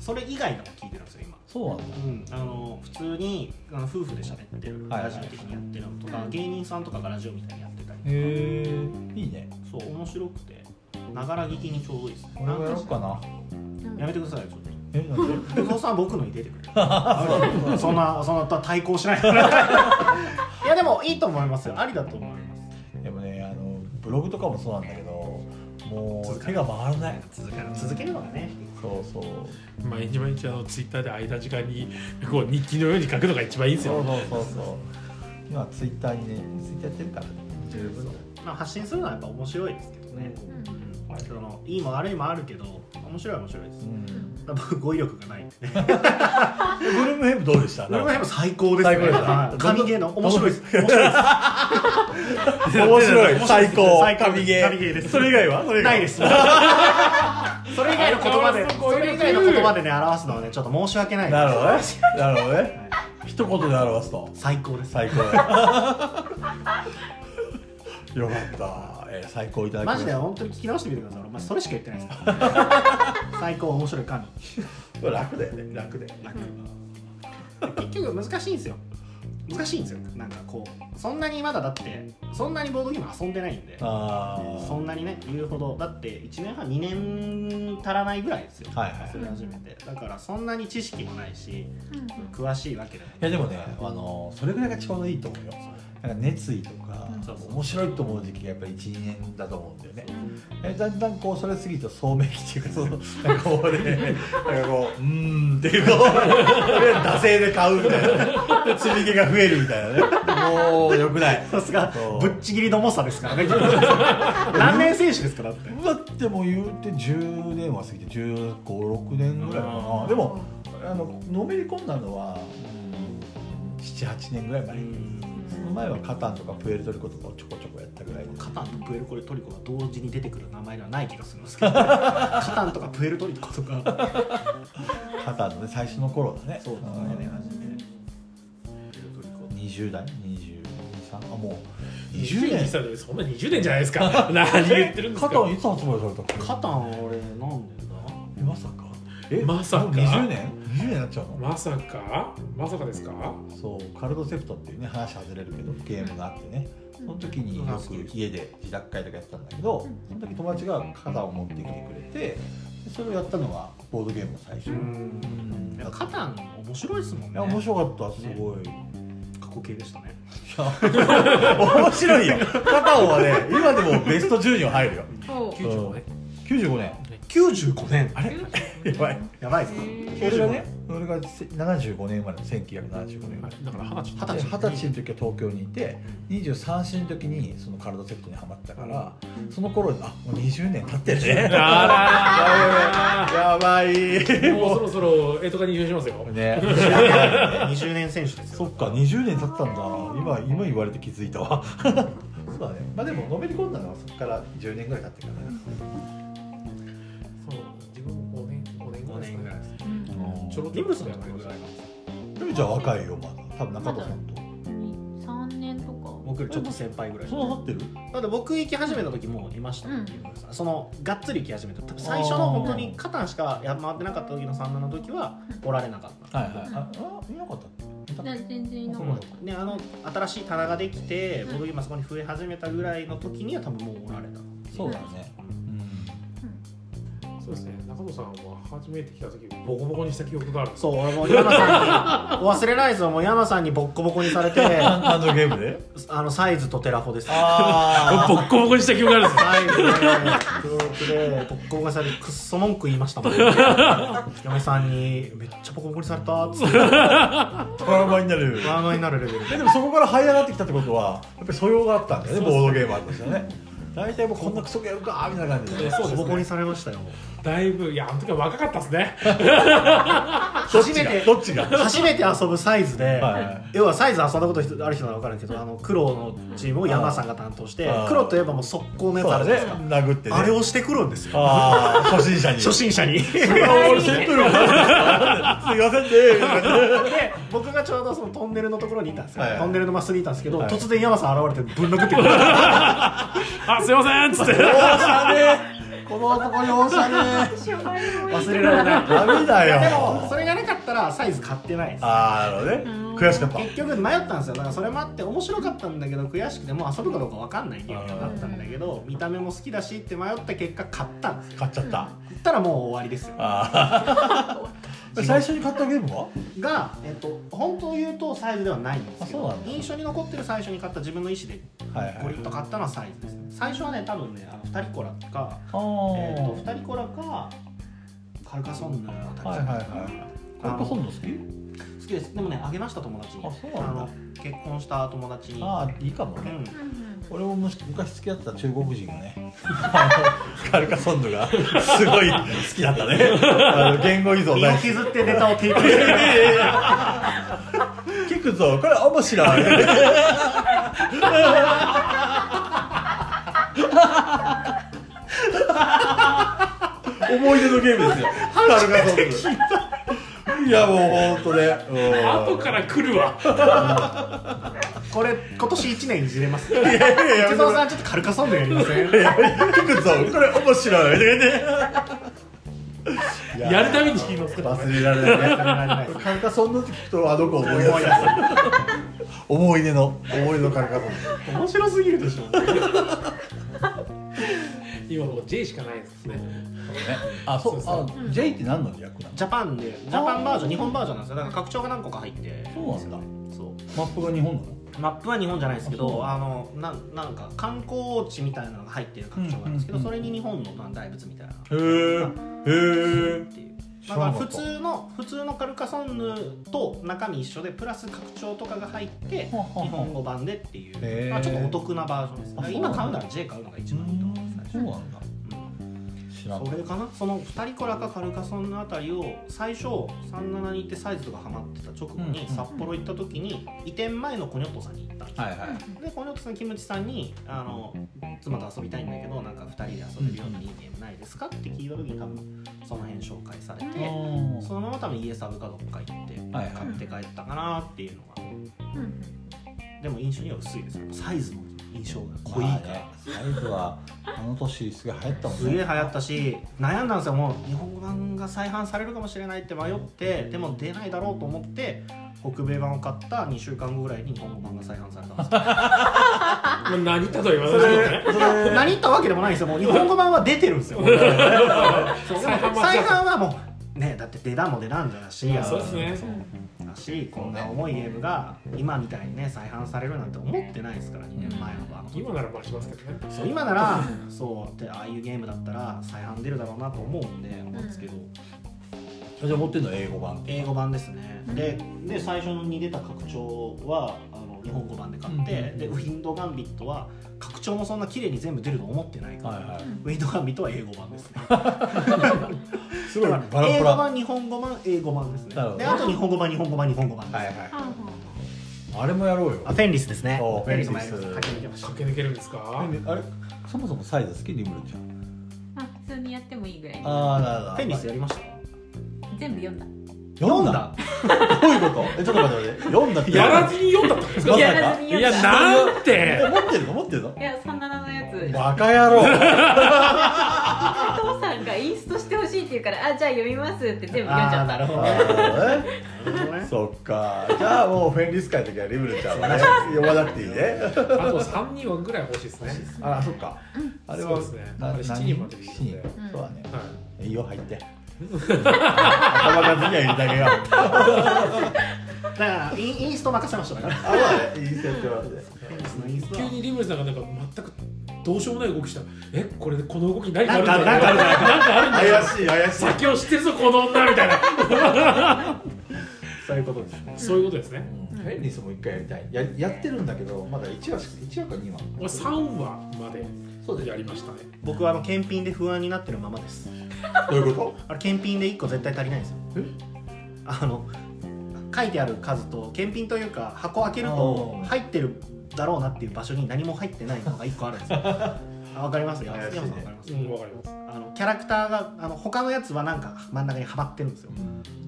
それ以外のも聞いてるんですよ今
そうなんだ
うん、あの普通にあの夫婦で喋ってる
はい
ラ
はい
ジオ的にやってるのとか、芸人さんとかがラジオみたいにやってたりとか、
へえいいね
そう面白くてながら聞きにちょうどいいですね
俺もやろうかな
やめてくださいよちょっ
えなんで
と小僧さん僕のに出て くれるそんなそんな対抗しないから いやでもいいと思いますよありだと思います
でもねあのブログとかもそうなんだけども
続
う
かな
手が回らない
続ける続けるのがね
そうそう
毎日毎日あのツイッターで空いた時間にこう日記のように書くのが一番いいんです
そう
よ
そうそうそう今ツイッターにねツイッターやってるからね十分
まあ、発信するのはやっぱ面白いですけどね、うんそのいいも悪いもあるけど面白いは面白いです、
うん
多分語彙力がないんで
グルメヘブどうでした
俺もやっぱ最高ですね
最高です
はい神ゲーの面白いです 面白いです
面白い最高
最高
神ゲー
神ゲーです
それ以外はそれ以
ない
外
です。 それ以外の言葉で、それ以外の言葉でね、表すのはね、ちょっと申し訳ない。
なるほどねなるほどね一言で表すと
最高です。
最高だよよかった、えー、最高いただきま
マ
し
ジ
た
で本当に聞き直してみてください。俺まあ、それしか言ってないですから。 最高面白い神。
これ楽だよね楽だよね
結局難しいんですよ。難しいんですよ。なんかこう、そんなにまだだって、そんなにボードゲーム遊んでないんで。
あ
そんなにね言うほどだって1年半2年足らないぐらいですよ、
あはいはい
それ初めてだからそんなに知識もないし
うん
詳しいわけでもない
いやでもね、あのそれぐらいがちょうどいいと思うよなんか熱意とか、
そうそう
面白いと思う時期がやっぱり12年だと思うんだよね、えだんだんこうそれ過ぎると聡明期っていうかそのなんかこうねなんかこううーんっていうこう惰性で買うみたいなねで積み毛が増えるみたいなねもうよくない
さすが
そう
ぶっちぎりの重さですから ね何年選手ですからって
だってもう言うて10年は過ぎて1 5 6年ぐらいかなでもあののめり込んだのは78年ぐらい前その前はカタンとかプエルトリコとかをちょこちょこやったぐらいで
カタンとプエルコレトリコが同時に出てくる名前ではない気がするんですけど カタンとかプエルトリコとか
カタンのね最初の頃だね
そうですね初めて
20代2223あもう20
20年
年
したそんな20年じゃないですか 何言ってるんです
カタ
か
ンいつ発売されたっけ
カタン俺なんでだ
えまさかえ
まさか
もう20年20年になっちゃうの、
まさかまさかですか
そうカルドセプトっていうね話外れるけどゲームがあってねその時によく家で自宅会とかやってたんだけどその時友達が肩を持ってきてくれてでそれをやったのがボードゲームの最初うんだった
カタン面白いですもん
い
ね
や面白かったすごい、
過去形でしたね
面白いよカタオはね今でもベスト10には入るよ
そう
95年
95年
95年
やばい
やばいです
へ
か
ー
俺がねそれがせ75年生まれ1975年生まれ
だから二十
二
歳
十歳二十歳の時は東京にいて23歳の時にそのカルドセプトにはまったからその頃にあもう20年経ってるね
あ
やばい
ら もうそろそろえとかに優勝します よ
ね
20年選手ですよ
そっか20年経ったんだ今今言われて気づいたわ そうだねまあでものめり込んだのはそこから10年ぐらい経ってからね
そう自分も5年5年ぐらいです
5年
かね
ぐらいです
ちょろち
リ
ょ
ム
ろ
ルスがこれぐらいかな
ルミちゃん若いよまだ多分中田さんと
三年とか。
僕よりちょっと先輩ぐらい
そんな経ってる
だって僕行き始めた時もういました、
うん
そのがっつり行き始めた多分最初の本当に肩しか回ってなかった時の三男の時はおられなかった
はいはいああいなかったっけいた
だ全然いなかった。
ね、あの新しい棚ができて僕今そこに増え始めたぐらいの時には多分もうおられた
そうだねうん
そうですね中野さんは初めて来た時ボコボコにした記憶がある
そう俺もう山さんに 忘れないですよもう山さんにボッコボコにされて
何のゲームで
あのサイズとテラフォです
あ
ボッコボコにした記憶があるんです
サイズでブロックでボッコボコにされてクッソ文句言いました もん嫁さんに「めっちゃボコボコにされた」っつって
あトラウマになる
ドラマになるレベルで
えでもそこから這い上がってきたってことはやっぱり素養があったんだよねボードゲーマーとしてね大体もうこんなクソゲームかーみたいな感じで
そう
ボ
です
コ
ね
ボコにされましたよ
だいぶいやあの時は若かったですね
初めて
どっちがどっち
初めて遊ぶサイズで、
はい
要はサイズ遊んだことある人なら分かるんですけどあの黒のチームを山さんが担当して
あー
黒といえばもう速攻のやつあ
が
る
そう
じゃない
だ
ですか、
ね殴ってね
あれをしてくるんですよ
あー初心者に
初心 者にで
あ俺戦闘力ないですか すいませんね
僕がちょうどそのトンネルのところにいたんですよ、
はいはい
トンネルのまっすぐにいたんですけど、
はい
突然山さん現れてぶん殴ってくるあ
あすいませんっつ って
容赦ねこの男容赦ね
忘れられない
ダメだ よ
でもそれがなかったらサイズ買ってないです
あーなるほどね悔しかった
結局迷ったんですよだからそれもあって面白かったんだけど悔しくてもう遊ぶかどうか分かんないゲームになったんだけど見た目も好きだしって迷った結果買ったんですよ
買っちゃった
言ったらもう終わりですよ
あ ー最初に買ったゲームは
が、えっと、本当を言うとサイズではないんですけ
あそう
ど
なんだ
印象に残ってる最初に買った自分の意思で
はい
ゴリッと買ったのはサイズですね最初はね多分ねあの二人コラか、
あー
えっと二人コラかカルカソンヌあたり
はいはいはいこれこそんの好き
好きですでもねあげました友達に
あそうなんだ
の結婚した友達に
ああいいかも
う
ね、
ん
俺もむし昔付き合ってた中国人がね あのカルカソンヌがすごい好きだったね あの言語依存
身
大
を
好き
削ってネタを提供して る
聞くぞこれ面白い思い出のゲームですよカルカソンヌいやもう本当ねうん
後から来るわ
これ今年一年いじれます
いやいやいや
池澤さんちょっとカルカソンヌやりません
聞くぞこれ面白いい
やるために聞きますから
忘れられないね
ないです
カルカソンヌって聞くとあの子を思い出す思い出の思い出のカルカソンヌ
面白すぎるでしょ
今もう J しかないですね
あそう
そう
あ J って何の略なの
ジャパンでジャパンバージョン日本バージョンなんですよだから拡張が何個か入って
そうなんだ
そ
マップが日本なの
うマップは日本じゃないですけ
あそう
どあのなんなんか観光地みたいなのが入ってる拡張があるんですけど、
うんうんうん
それに日本の大仏みたいなのが
へえへえ
っていう
知
だ
ら
か
な
ら
か
普
った
通の普通のカルカソンヌと中身一緒でプラス拡張とかが入って日
はあはあ
本語版でっていう、
へー
まあ、ちょっとお得なバージョンですだから
あそう
今
なんだ
買うなら J 買うのが一番いいと思います
そ
最
う
初
なんだ
うん
知らん
それかなその2人コラかカルカソンのあたりを最初37に行ってサイズとかハマってた直後
うん
に札幌行った時に移転前のコニョットさんに行ったんですよ
はいはい
でコニョットさんキムチさんにあの妻と遊びたいんだけどなんか2人で遊べるようないいゲームないですかって聞いた時に多分その辺紹介されて
あ
そのまま多分家サブかどっか行って
はい
買
はい
って帰ったかなっていうのがでも印象には薄いですよサイズの印象が濃い
ー
から
まあねサイズはあの年すごい流行ったもんね
すげえ流行ったし悩んだんですよもう日本語版が再販されるかもしれないって迷ってでも出ないだろうと思って北米版を買った2週間後ぐらいに日本語版が再販されたんですよ
まあ何と言わ
そ
な
れ
いね
それ
何言ったわけでもないんですよもう日本語版は出てるんですよそうでも
再販は
再販はもうねだって出だも出なんだし、
まあそうですね
だしこんな重いゲームが今みたいにね再販されるなんて思ってないですから2年前の版
今ならまあしますけどね
そう今ならそうってああいうゲームだったら再販出るだろうなと思うんで思うんですけど、
そ最初持ってんの英語版
英語版ですねでで最初に出た拡張はあの日本語版で買って、
うんうんうん
でウィンドガンビットは拡張もそんな綺麗に全部出ると思ってないから、
はいはい
ウィンドガンビットは英語版ですね
すごい
だ
バ
から
ラ
英
バ
語
ラ
版日本語版英語版ですね
なるほど
であと日本語版日本語版日本語版です、
はいはい
はあは
あれもやろうよ
あフェンリスですね
そう
フェンリスもやりまし
フェン
た
リス
駆け抜けました
駆け抜けるんですか
えあれそもそもサイズ好きリムルちゃん
ああ普通にやってもいいぐらい
ああなるほど
フェンリスやりました
全部読んだ
読んだどういうことえちょっと待って読んだって
やらずに読んだってことですか
まさか
やらずに
い
読
や
んだ
なんて
え持ってるの持ってるの
いや三七のやつ
バカ野郎
加藤さんがインストしてほしいって言うからあじゃあ読みますって全部読んじ
あ
ゃ
あ
っ
な
た
るほど
あ
ね
ーね
なるほどね
そっかじゃあもうフェンリス会の時はリムルちゃんはね呼ばなくていいね
あと3人はぐらい欲しいですね
あそっかあれは
そうですねあれ7人までできるんで
7人そうだね
はい
いいよ入って 頭数には入れてあげよう
だからインインスト任せましただから
あまあねいい設定なんで
フェンリスのインスト
急にリムルさんがなんか全くどうしようもない動きしたえこれでこの動き何かあるん
なんか
だ
なんか
なんかあるんだ
怪しい怪しい
先を知ってるぞこの女みたいな
そういうことですね
そういうことですね
うんフェンリスも一回やりたいややってるんだけどまだ1話しか1話か2話
俺3話まで
そうです
やりましたね
僕はあの検品で不安になってるままです
どういうこ
あれ検品で1個絶対足りないんですよ
え
あの書いてある数と検品というか箱開けると
あー
入ってるだろうなっていう場所に何も入ってないのが1個あるんです よあわかりますよ
怪しいね
山さんわかります
うんわかります
あのキャラクターがあの他のやつはなんか真ん中にはまってるんですよ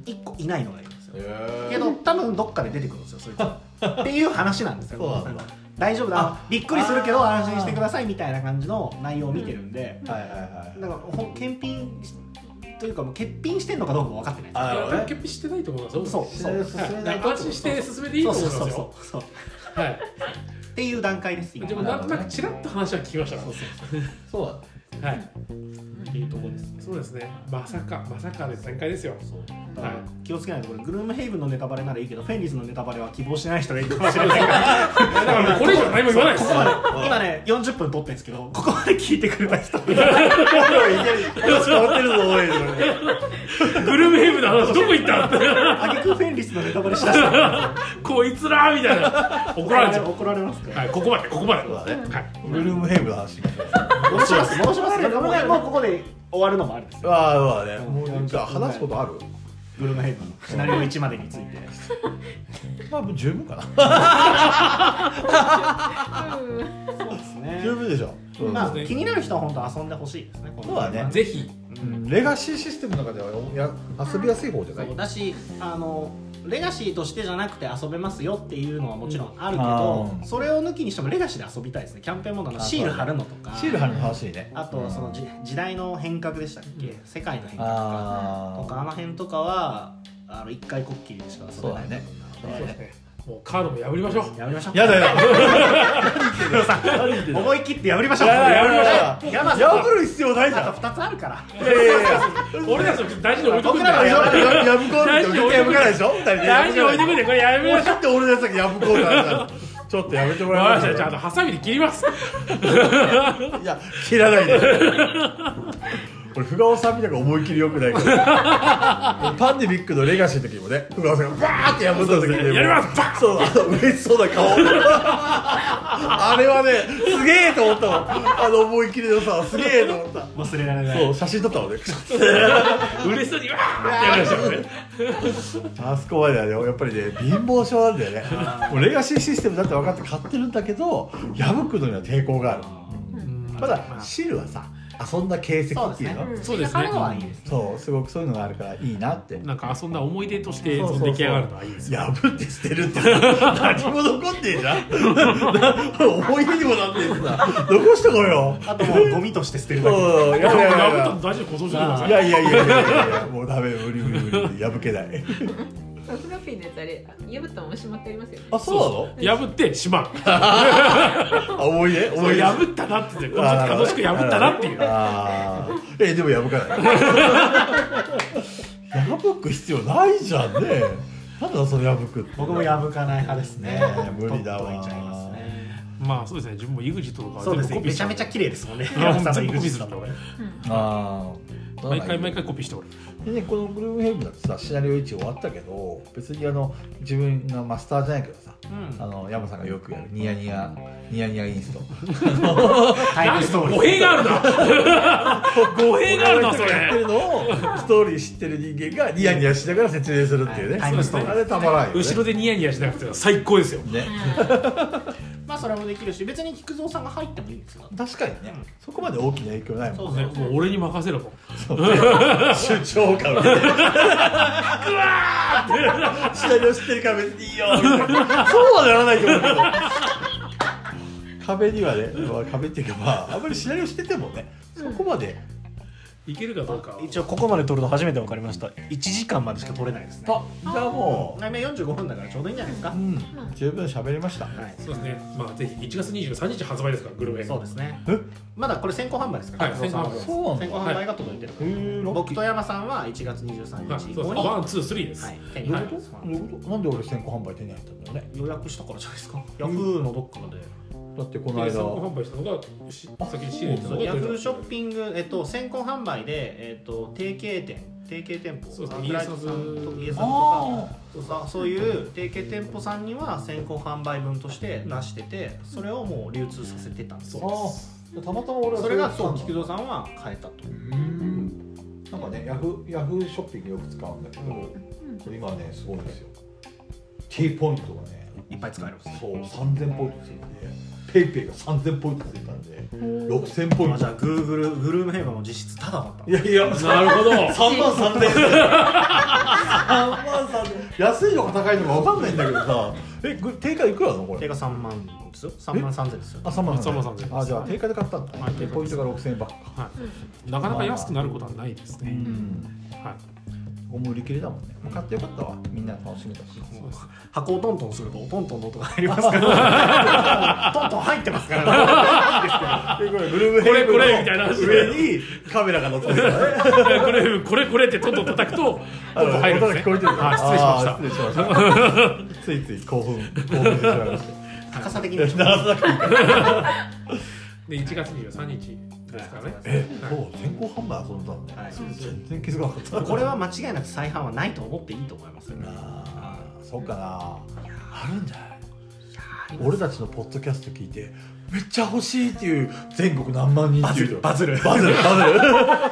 1個いないのがいるんですよ
と
けど多分どっかで出てくるんですよそいつは っていう話なんですよ
そうなんだ
か大丈夫だあびっくりするけど安心してくださいみたいな感じの内容を見てるんで、
はいはいはい
なんかほん検品しというかもう欠品してんのかどうかも分かってない
あ
い
なる
や
ほどね
結局知ってないと思いますよ
そう
進め進めないと
安心して進めていいと思いま
そ
す
うそう
よ
そうそう
はい
っていう段階です今
でもなんとなくちらっと話は聞きましたから
そうだ
はい
っていうところです
そうですねまさかまさかで展開ですよ
だから
は
気をつけないとこれグルームヘイブンのネタバレならいいけどフェンリスのネタバレは希望しない人がいるかもしれないから
いだからもうこれ以上何も言わないです
ここまで今ね40分撮ってるんですけどここまで聞いてくれた人
よし変わってるぞおいそれ
グルメヘイブンの話どこ行っ たって
あげくフェンリスのネタバレしだしたら
こいつらみたいな怒られちゃう
怒られますから
はいここまでここまで
そうだね
はい
ブルームヘイブの話
戻します戻しますけどもうもうここで終わるのもあるんですよ
ああそうだね
うん
もうなんか話すことある
グルームヘイブンのシナリオ1までについて
まあもう十分かな
うん
そうですね
十分でしょうん
まあ気になる人は本当遊んでほしいですねこの
そうだね
ぜひ
うんレガシーシステムの中ではや遊びやすい方じゃない
そうだしあのレガシーとしてじゃなくて遊べますよっていうのはもちろんあるけ
う
ど、
んあー
それを抜きにしてもレガシーで遊びたいですねキャンペーンモードの
あ
シール貼るのとか
シール貼るの話いいね
あとそのじ時代の変革でしたっけ、
うん
世界の変革かと
あ
かあの辺とかはあの一回こっきりでしか遊べない部分なので
そうだね
もうカードも破りましょう
やめましょう
やだや
思い切ってやめましょう
やだや
めましょう
破る必要ないじゃ
あ
ん
と2つあるから
いやいやいや
俺たちの大事に置いとくん
僕らは
だよ
やばい
やぶこうって絶対やぶかないでしょ二人で
大事に置いとくんでこれやめましょう
だって俺のやつだけやぶこうってあるからちょっとやめてもら
わ
え
か
ます
りましたじゃああのハサミで切ります
いや切らないで俺ふがおさんみたいな思い切りよくないからパンデミックのレガシーの時もねふがおさんがバーってやぶった時に
やりますバ
ッそうあの嬉しそうな顔あれはねすげえと思ったもんあの思い切りのさすげえと思った
忘れられない
そう写真撮ったもんね
嬉しそうにわーってやりましたね
あそこまではねやっぱりね貧乏症なんだよねもうレガシーシステムだって分かって買ってるんだけど破くのには抵抗があるただシルはさ遊んだ形跡っていうの
そう
そう
うん
ですね
だからはいいですね
そうすごくそういうのがあるからいいなって
なんか遊んだ思い出として
そうそうそう
出来上がるのはいいですよ
破って捨てるって何も残ってんじゃん思い出にもなってんさ残しとこうよ
あともうゴミとして捨てるだけ
そういや
破
いやいやい
った
や
の大事に保存してくださ
い
い
やいやいやいやいやもうダメ無理無理無理破けない
フラッピーのやつあれ破ったらもしまってあります よね
あそう
破ってしまう
なのあ思い出
そ
思
う
い出
破ったなって言って楽しく破ったなっていう
あーえでも破かない破く必要ないじゃんねなんだそれ破くって
僕も破かない派ですね
ね無理だわ
取っといちゃいますね
まあそうですね自分も EXIT とか
そうですねめちゃめちゃ綺麗ですもんね山さんの
全部コピーす
EXIT
る
だ
ん
と
だ俺
ああ
毎回毎回コピーしておる
いでね、このグルームヘイブンだってさシナリオ1終わったけど別にあの自分がマスターじゃないけどさ
うん
あの山さんがよくやるニヤニヤニヤニヤインスト
タイムストーリー
語弊があるな語弊があるなそ
やって
れ
るのをストーリー知ってる人間がニヤニヤしながら説明するっていうね、
タイムストーリー
あれたまらんよ、ね、
後ろでニヤニヤしなくては最高ですよ
ね
まあそれもできるし別に菊蔵さんが入ってもいいんですよ
確かにね、そこまで大きな影響ないもん
そう
ねもう俺に任せろと
主張感ねシナリオ知ってるから別にいいよみたいなそうはならないと思うけど壁にはね、まあ、壁っていうかまああんまりシナリオしててもねそこまで、
いけるかどうか
一応ここまで撮ると初めて分かりました1時間までしか撮れないですね
あじゃあも
内面45分だからちょうどいいんじゃないですか
う、う、ん、十分喋りました、
はい
そうですねまあぜひ1月23日発売ですからグルメ
そうですね
え
まだこれ先行販売ですから、
はい
菊蔵さん
先行
そうなん
販売
だ
先行販売が届いてる、
へーラッキ
僕
ー
と山さんは1月
はい
23日
そ
以
うです
降に、
ワ
は
ンツースリーです、
い、手
ど
に
うい
入
う
る
ことどういうことなんで俺先行販売手に入ったんだろうね
予約したからじゃないですかヤフーのどっかで、
だってこ
こ
の間
販売したのがし先にシレン
そう
ヤフーショッピング、えっと、先行販売で、えっと、提携店提携店舗
そうですね
アンドライトさんと
イエス
イエスさんと
あ
かそうさそういう提携店舗さんには先行販売分として出しててそれをもう流通させてたんです
ー
よ
あーたまたま俺は
それがそう
う
菊蔵さんは変えたと
うんなんかねヤフヤフーショッピングよく使うんだけど、これ今ねすごいんですよ T ポイントがね
いっぱい使えるんですね
そう3000ポイントついてペイペイが3000ポイントついたんで6000ポイン
あじゃ
ト
あグーグルグルームヘイブンも実質タダだった
いやいや
なるほど
3万3000円3万3000安いのか高いのか分かんないんだけどさえぐ定価いくらなのこ
定
れ
価3万ですよ3万3000ですよ
あ3万
3万3000円
あじゃあ定価で買ったんだ、
はい
でポイントが6000円ばっか
はい、なかなか安くなることはないです
う
ね、
ん
はい
ここも売り切れだもんねもう買ってよかったわみんな楽しめたし
そうです
箱をトントンするとトントンの音が入りますから トントン入ってますから
で これブルームヘイブンの
これこれみたいな話で
上にカメラが乗ってるからね
これこれこれってトントン叩くとトントン入る
音
んですね
が聞こえてる
はい失礼しました
あー失礼しましたついつい興奮興奮してしまいました
高さ的に
鳴らさなくていいから
で1月23日ですからね、
えそう先行販売遊んだんだ、
はい
全然気づかなかった
これは間違いなく再販はないと思っていいと思いますよね
あーそうかなあるんじゃない俺たちのポッドキャスト聞いてめっちゃ欲しいっていう全国何万人っていう人
バズる
バズるバズる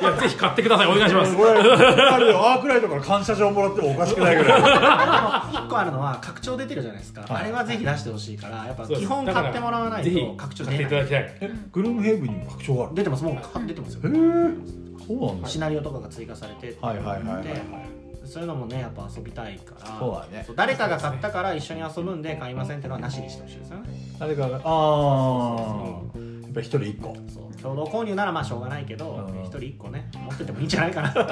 いやぜひ買ってくださいお願いします
これあるよアークライトから感謝状もらってもおかしくないぐらい
1個あるのは拡張出てるじゃないですか、
はい
あれはぜひ出してほしいからやっぱ
そうです
基本買ってもらわない
ぜひ
と拡張
買って
出
いた
ない
だきたい
えグルームヘイブンにも拡張がある
出てますもう買出てますよ
へえそうなんだ
シナリオとかが追加されて
はいはいはいはいはい
そういうのもねやっぱ遊びたいから
そうだね
そう誰かが買ったから一緒に遊ぶんで買いませんってのはなしにしてほしいですよね
誰かがああやっぱ一人一個
そう共同購入ならまあしょうがないけど
うん
一人一個ね持っててもいいんじゃないかな
いや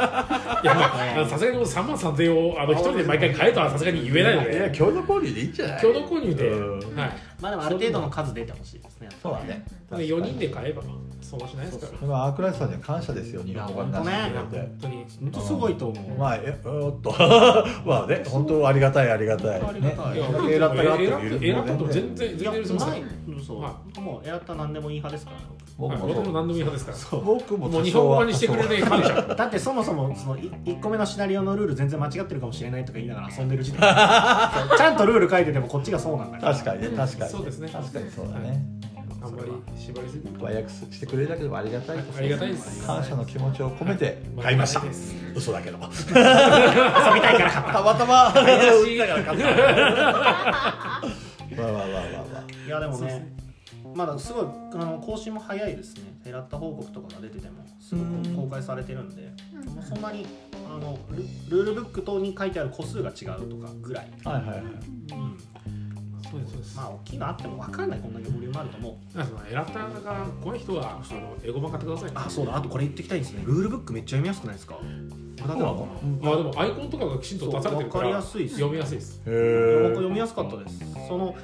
まあさすがにもう3万3000円をあの一人で毎回買えとはさすがに言えないの
いや
で
共同購入でいいんじゃない
共同購入で、
うん
はい
まあでもある程度の数出てほしいですねやっぱ
そうだね
で4人で買えばそんなしないですから
これはアークライトさんには感謝ですよ日本語になして
いや
くれて
本当に
本当すごいと思う、
まあえおっと まあね本当ありがたいありがたい
ありがた
いや
ね
本当
エラッタがあってもいる
エラッタと全然全
いや
然許せま
な
せん
いそう、
は
もうエアった何でもいい派ですから
僕
はい僕も
も
何でもいい派ですから
僕も
もう
多
日
少
本
は
語にしてくれて感謝
だってそもそもその1個目のシナリオのルール全然間違ってるかもしれないとか言いながら遊んでる時点でそうちゃんとルール書いててもこっちがそうなんだから
確かにね確かに
そうですね
確かにそうだね
あんまり縛りすぎると
和訳してくれるだけでもありがたいです
ありがたいです
感謝の気持ちを込めて買いました嘘だけどた
遊びたいから買った
またま買
い
だから買ったわわわわわ
いやでも
そう
ね
ですね
まだすごいあの更新も早いですね狙った報告とかが出ててもすご
うん
く公開されてるんでもうそんなにあのルルールブック等に書いてある個数が違うとかぐらい、
はいはいはい
うん
そうですそうです
まあ大きいのあっても分かんないこんだけボリュームあるともう
なんかそのエラッターが怖い人はあのエゴマ買ってくださいね
あそうだあとこれ言ってきたいんですねルールブックめっちゃ読みやすくないですかこれだけなのかな
まあでもアイコンとかがきちんと出されてるから
そうわかりやすいっす
読みやすいです
へ
僕
え
読みやすかったですその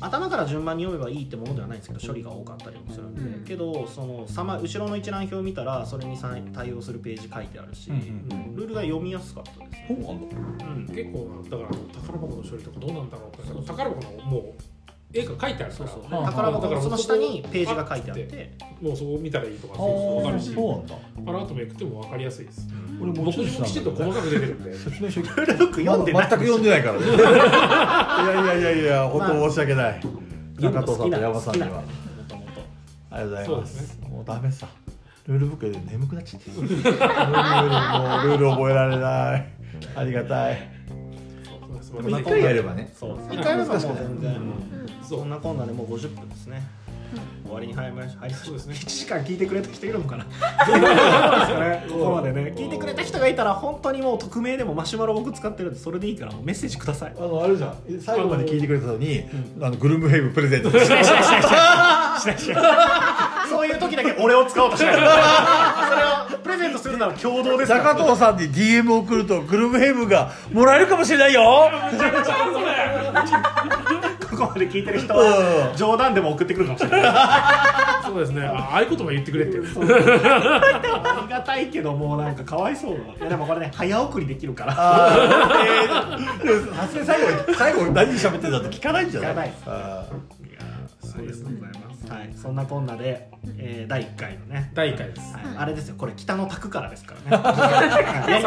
頭から順番に読めばいいってものではないんですけど処理が多かったりもするんで、
うん
けどそのさま後ろの一覧表を見たらそれにさ対応するページ書いてあるし、
うんうん
ルールが読みやすかったです、
本あんの
うん
結構なだからあの宝箱の処理とかどうなんだろうって宝箱のもう絵が書いてあるか
そ
ら
うそう
あ
宝箱
だから
のその下にページが書いてあっ
パ
て
もうそこ見たらいいとか
あー
分かるし
そうなんだ
パラートめくっても分かりやすいです
俺
僕にもきちんと細かく出てるんで
説明書
ルールブック読んでない、
全く読んでないからねいやいやいやいや本当申し訳ない、
読
中
むの好
藤さん
き
と
な
山
の
本さ
好
ん
き
に
な
は
のもともと
ありがとうございます
そうです
もうダメさルールブックで眠くなっち ゃってもうルール覚えられないありがたい
そう
一回やればね
そう
そう
一回目はもう全然、
そ
そん
う
なこんなでもう50分ですね、終わりに入りまし入りましょ
そうですね
1時間聞いてくれた人いるのか などうなんですかねここまでね聞いてくれた人がいたら本当にもう匿名でもマシュマロ僕使ってるんでそれでいいからもうメッセージください
あのあれじゃん最後まで聞いてくれたのにあのグルムヘイブプレ ゼント
しないしないしないしないしないしないそういう時だけ俺を使おうとしない それをプレゼントするなら共同ですから
中藤さんに DM を送るとグルムヘイブがもらえるかもしれないよ
ここまで聞いてる人は冗談でも送ってくるかもしれない
そうですねあ合言葉言ってくれって
そう ありがたいけどもうなんかかわいそうないやでもこれね早送りできるから
初め最後最後何喋ってたって聞かないんじゃない
聞かない
あ
そうですね。はい、そんなこんなで、えー、第1回のね、
第1回です
はい、あれですよ、これ北の拓からですからね。
最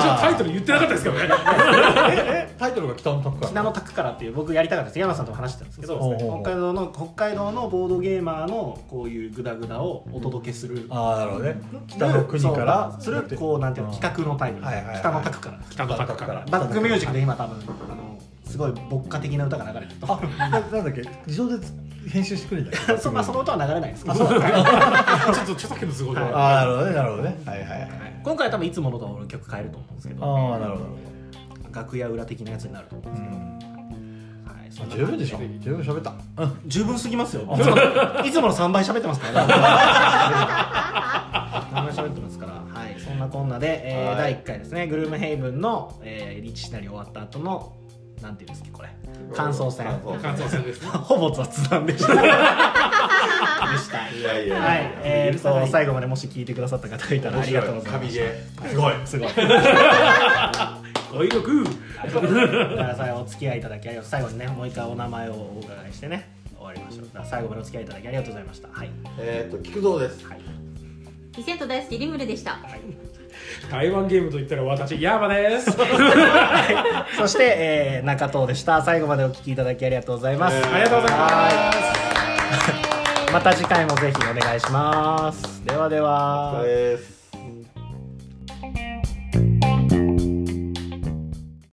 初タイトル言ってなかったですけどね
ーええタイトルが北の拓
北の拓からっていう僕やりたかったです。山さんとも話してたんですけど、
そう
ですね
北海道の北海道のボードゲーマーのこういうグダグダをお届けする。
ああなるほどね北の国から
そうするこうなんていうの
うん
企画のタイム、
はいはいはい
北の拓から
北の高から
バックミュージックで今多分あのすごい牧歌的な歌が流れ てると思う
あななんだっけ自動で編集してくれるんだっ け
そまあその歌は流れないですけど
ちょっと著作権の都合で
は
ああなるほどねなるほどねはいはいはい
今回は多分いつものと俺曲変えると思うんですけど
ああなるほど
楽屋裏的なやつになると思うん
う
ですけど、
ん
はい、そんな
十分でしょ十分喋ったうん
十分すぎますよいつものいつもの3倍喋ってますからね 3倍喋ってますからはいそんなこんなで、えー
はい
第1回ですねグルームヘイブンの、えー、リッチシナリオ終わった後のなんていうんですかこれ感想戦
感想
感想戦です ね
ほぼ雑談でしたで した
いやい
はい、えー、と最後までもし聞いてくださった方がいたらありがとうございま
神
す
ゲーすごい
すごい
語彙力
だから最後お付き合いいただきありがとう最後にねもう一回お名前をお伺いしてね終わりましょうだから最後までお付き合いいただきありがとうございましたはい
えーっと菊蔵です
はい
リセット大好きリムルでした
台湾ゲームと言ったら私ヤーマです
そして、えー中藤でした最後までお聞きいただきありがとうございます、
えー
ありがとうございま す
また次回もぜひお願いしますではでは
お疲れ様です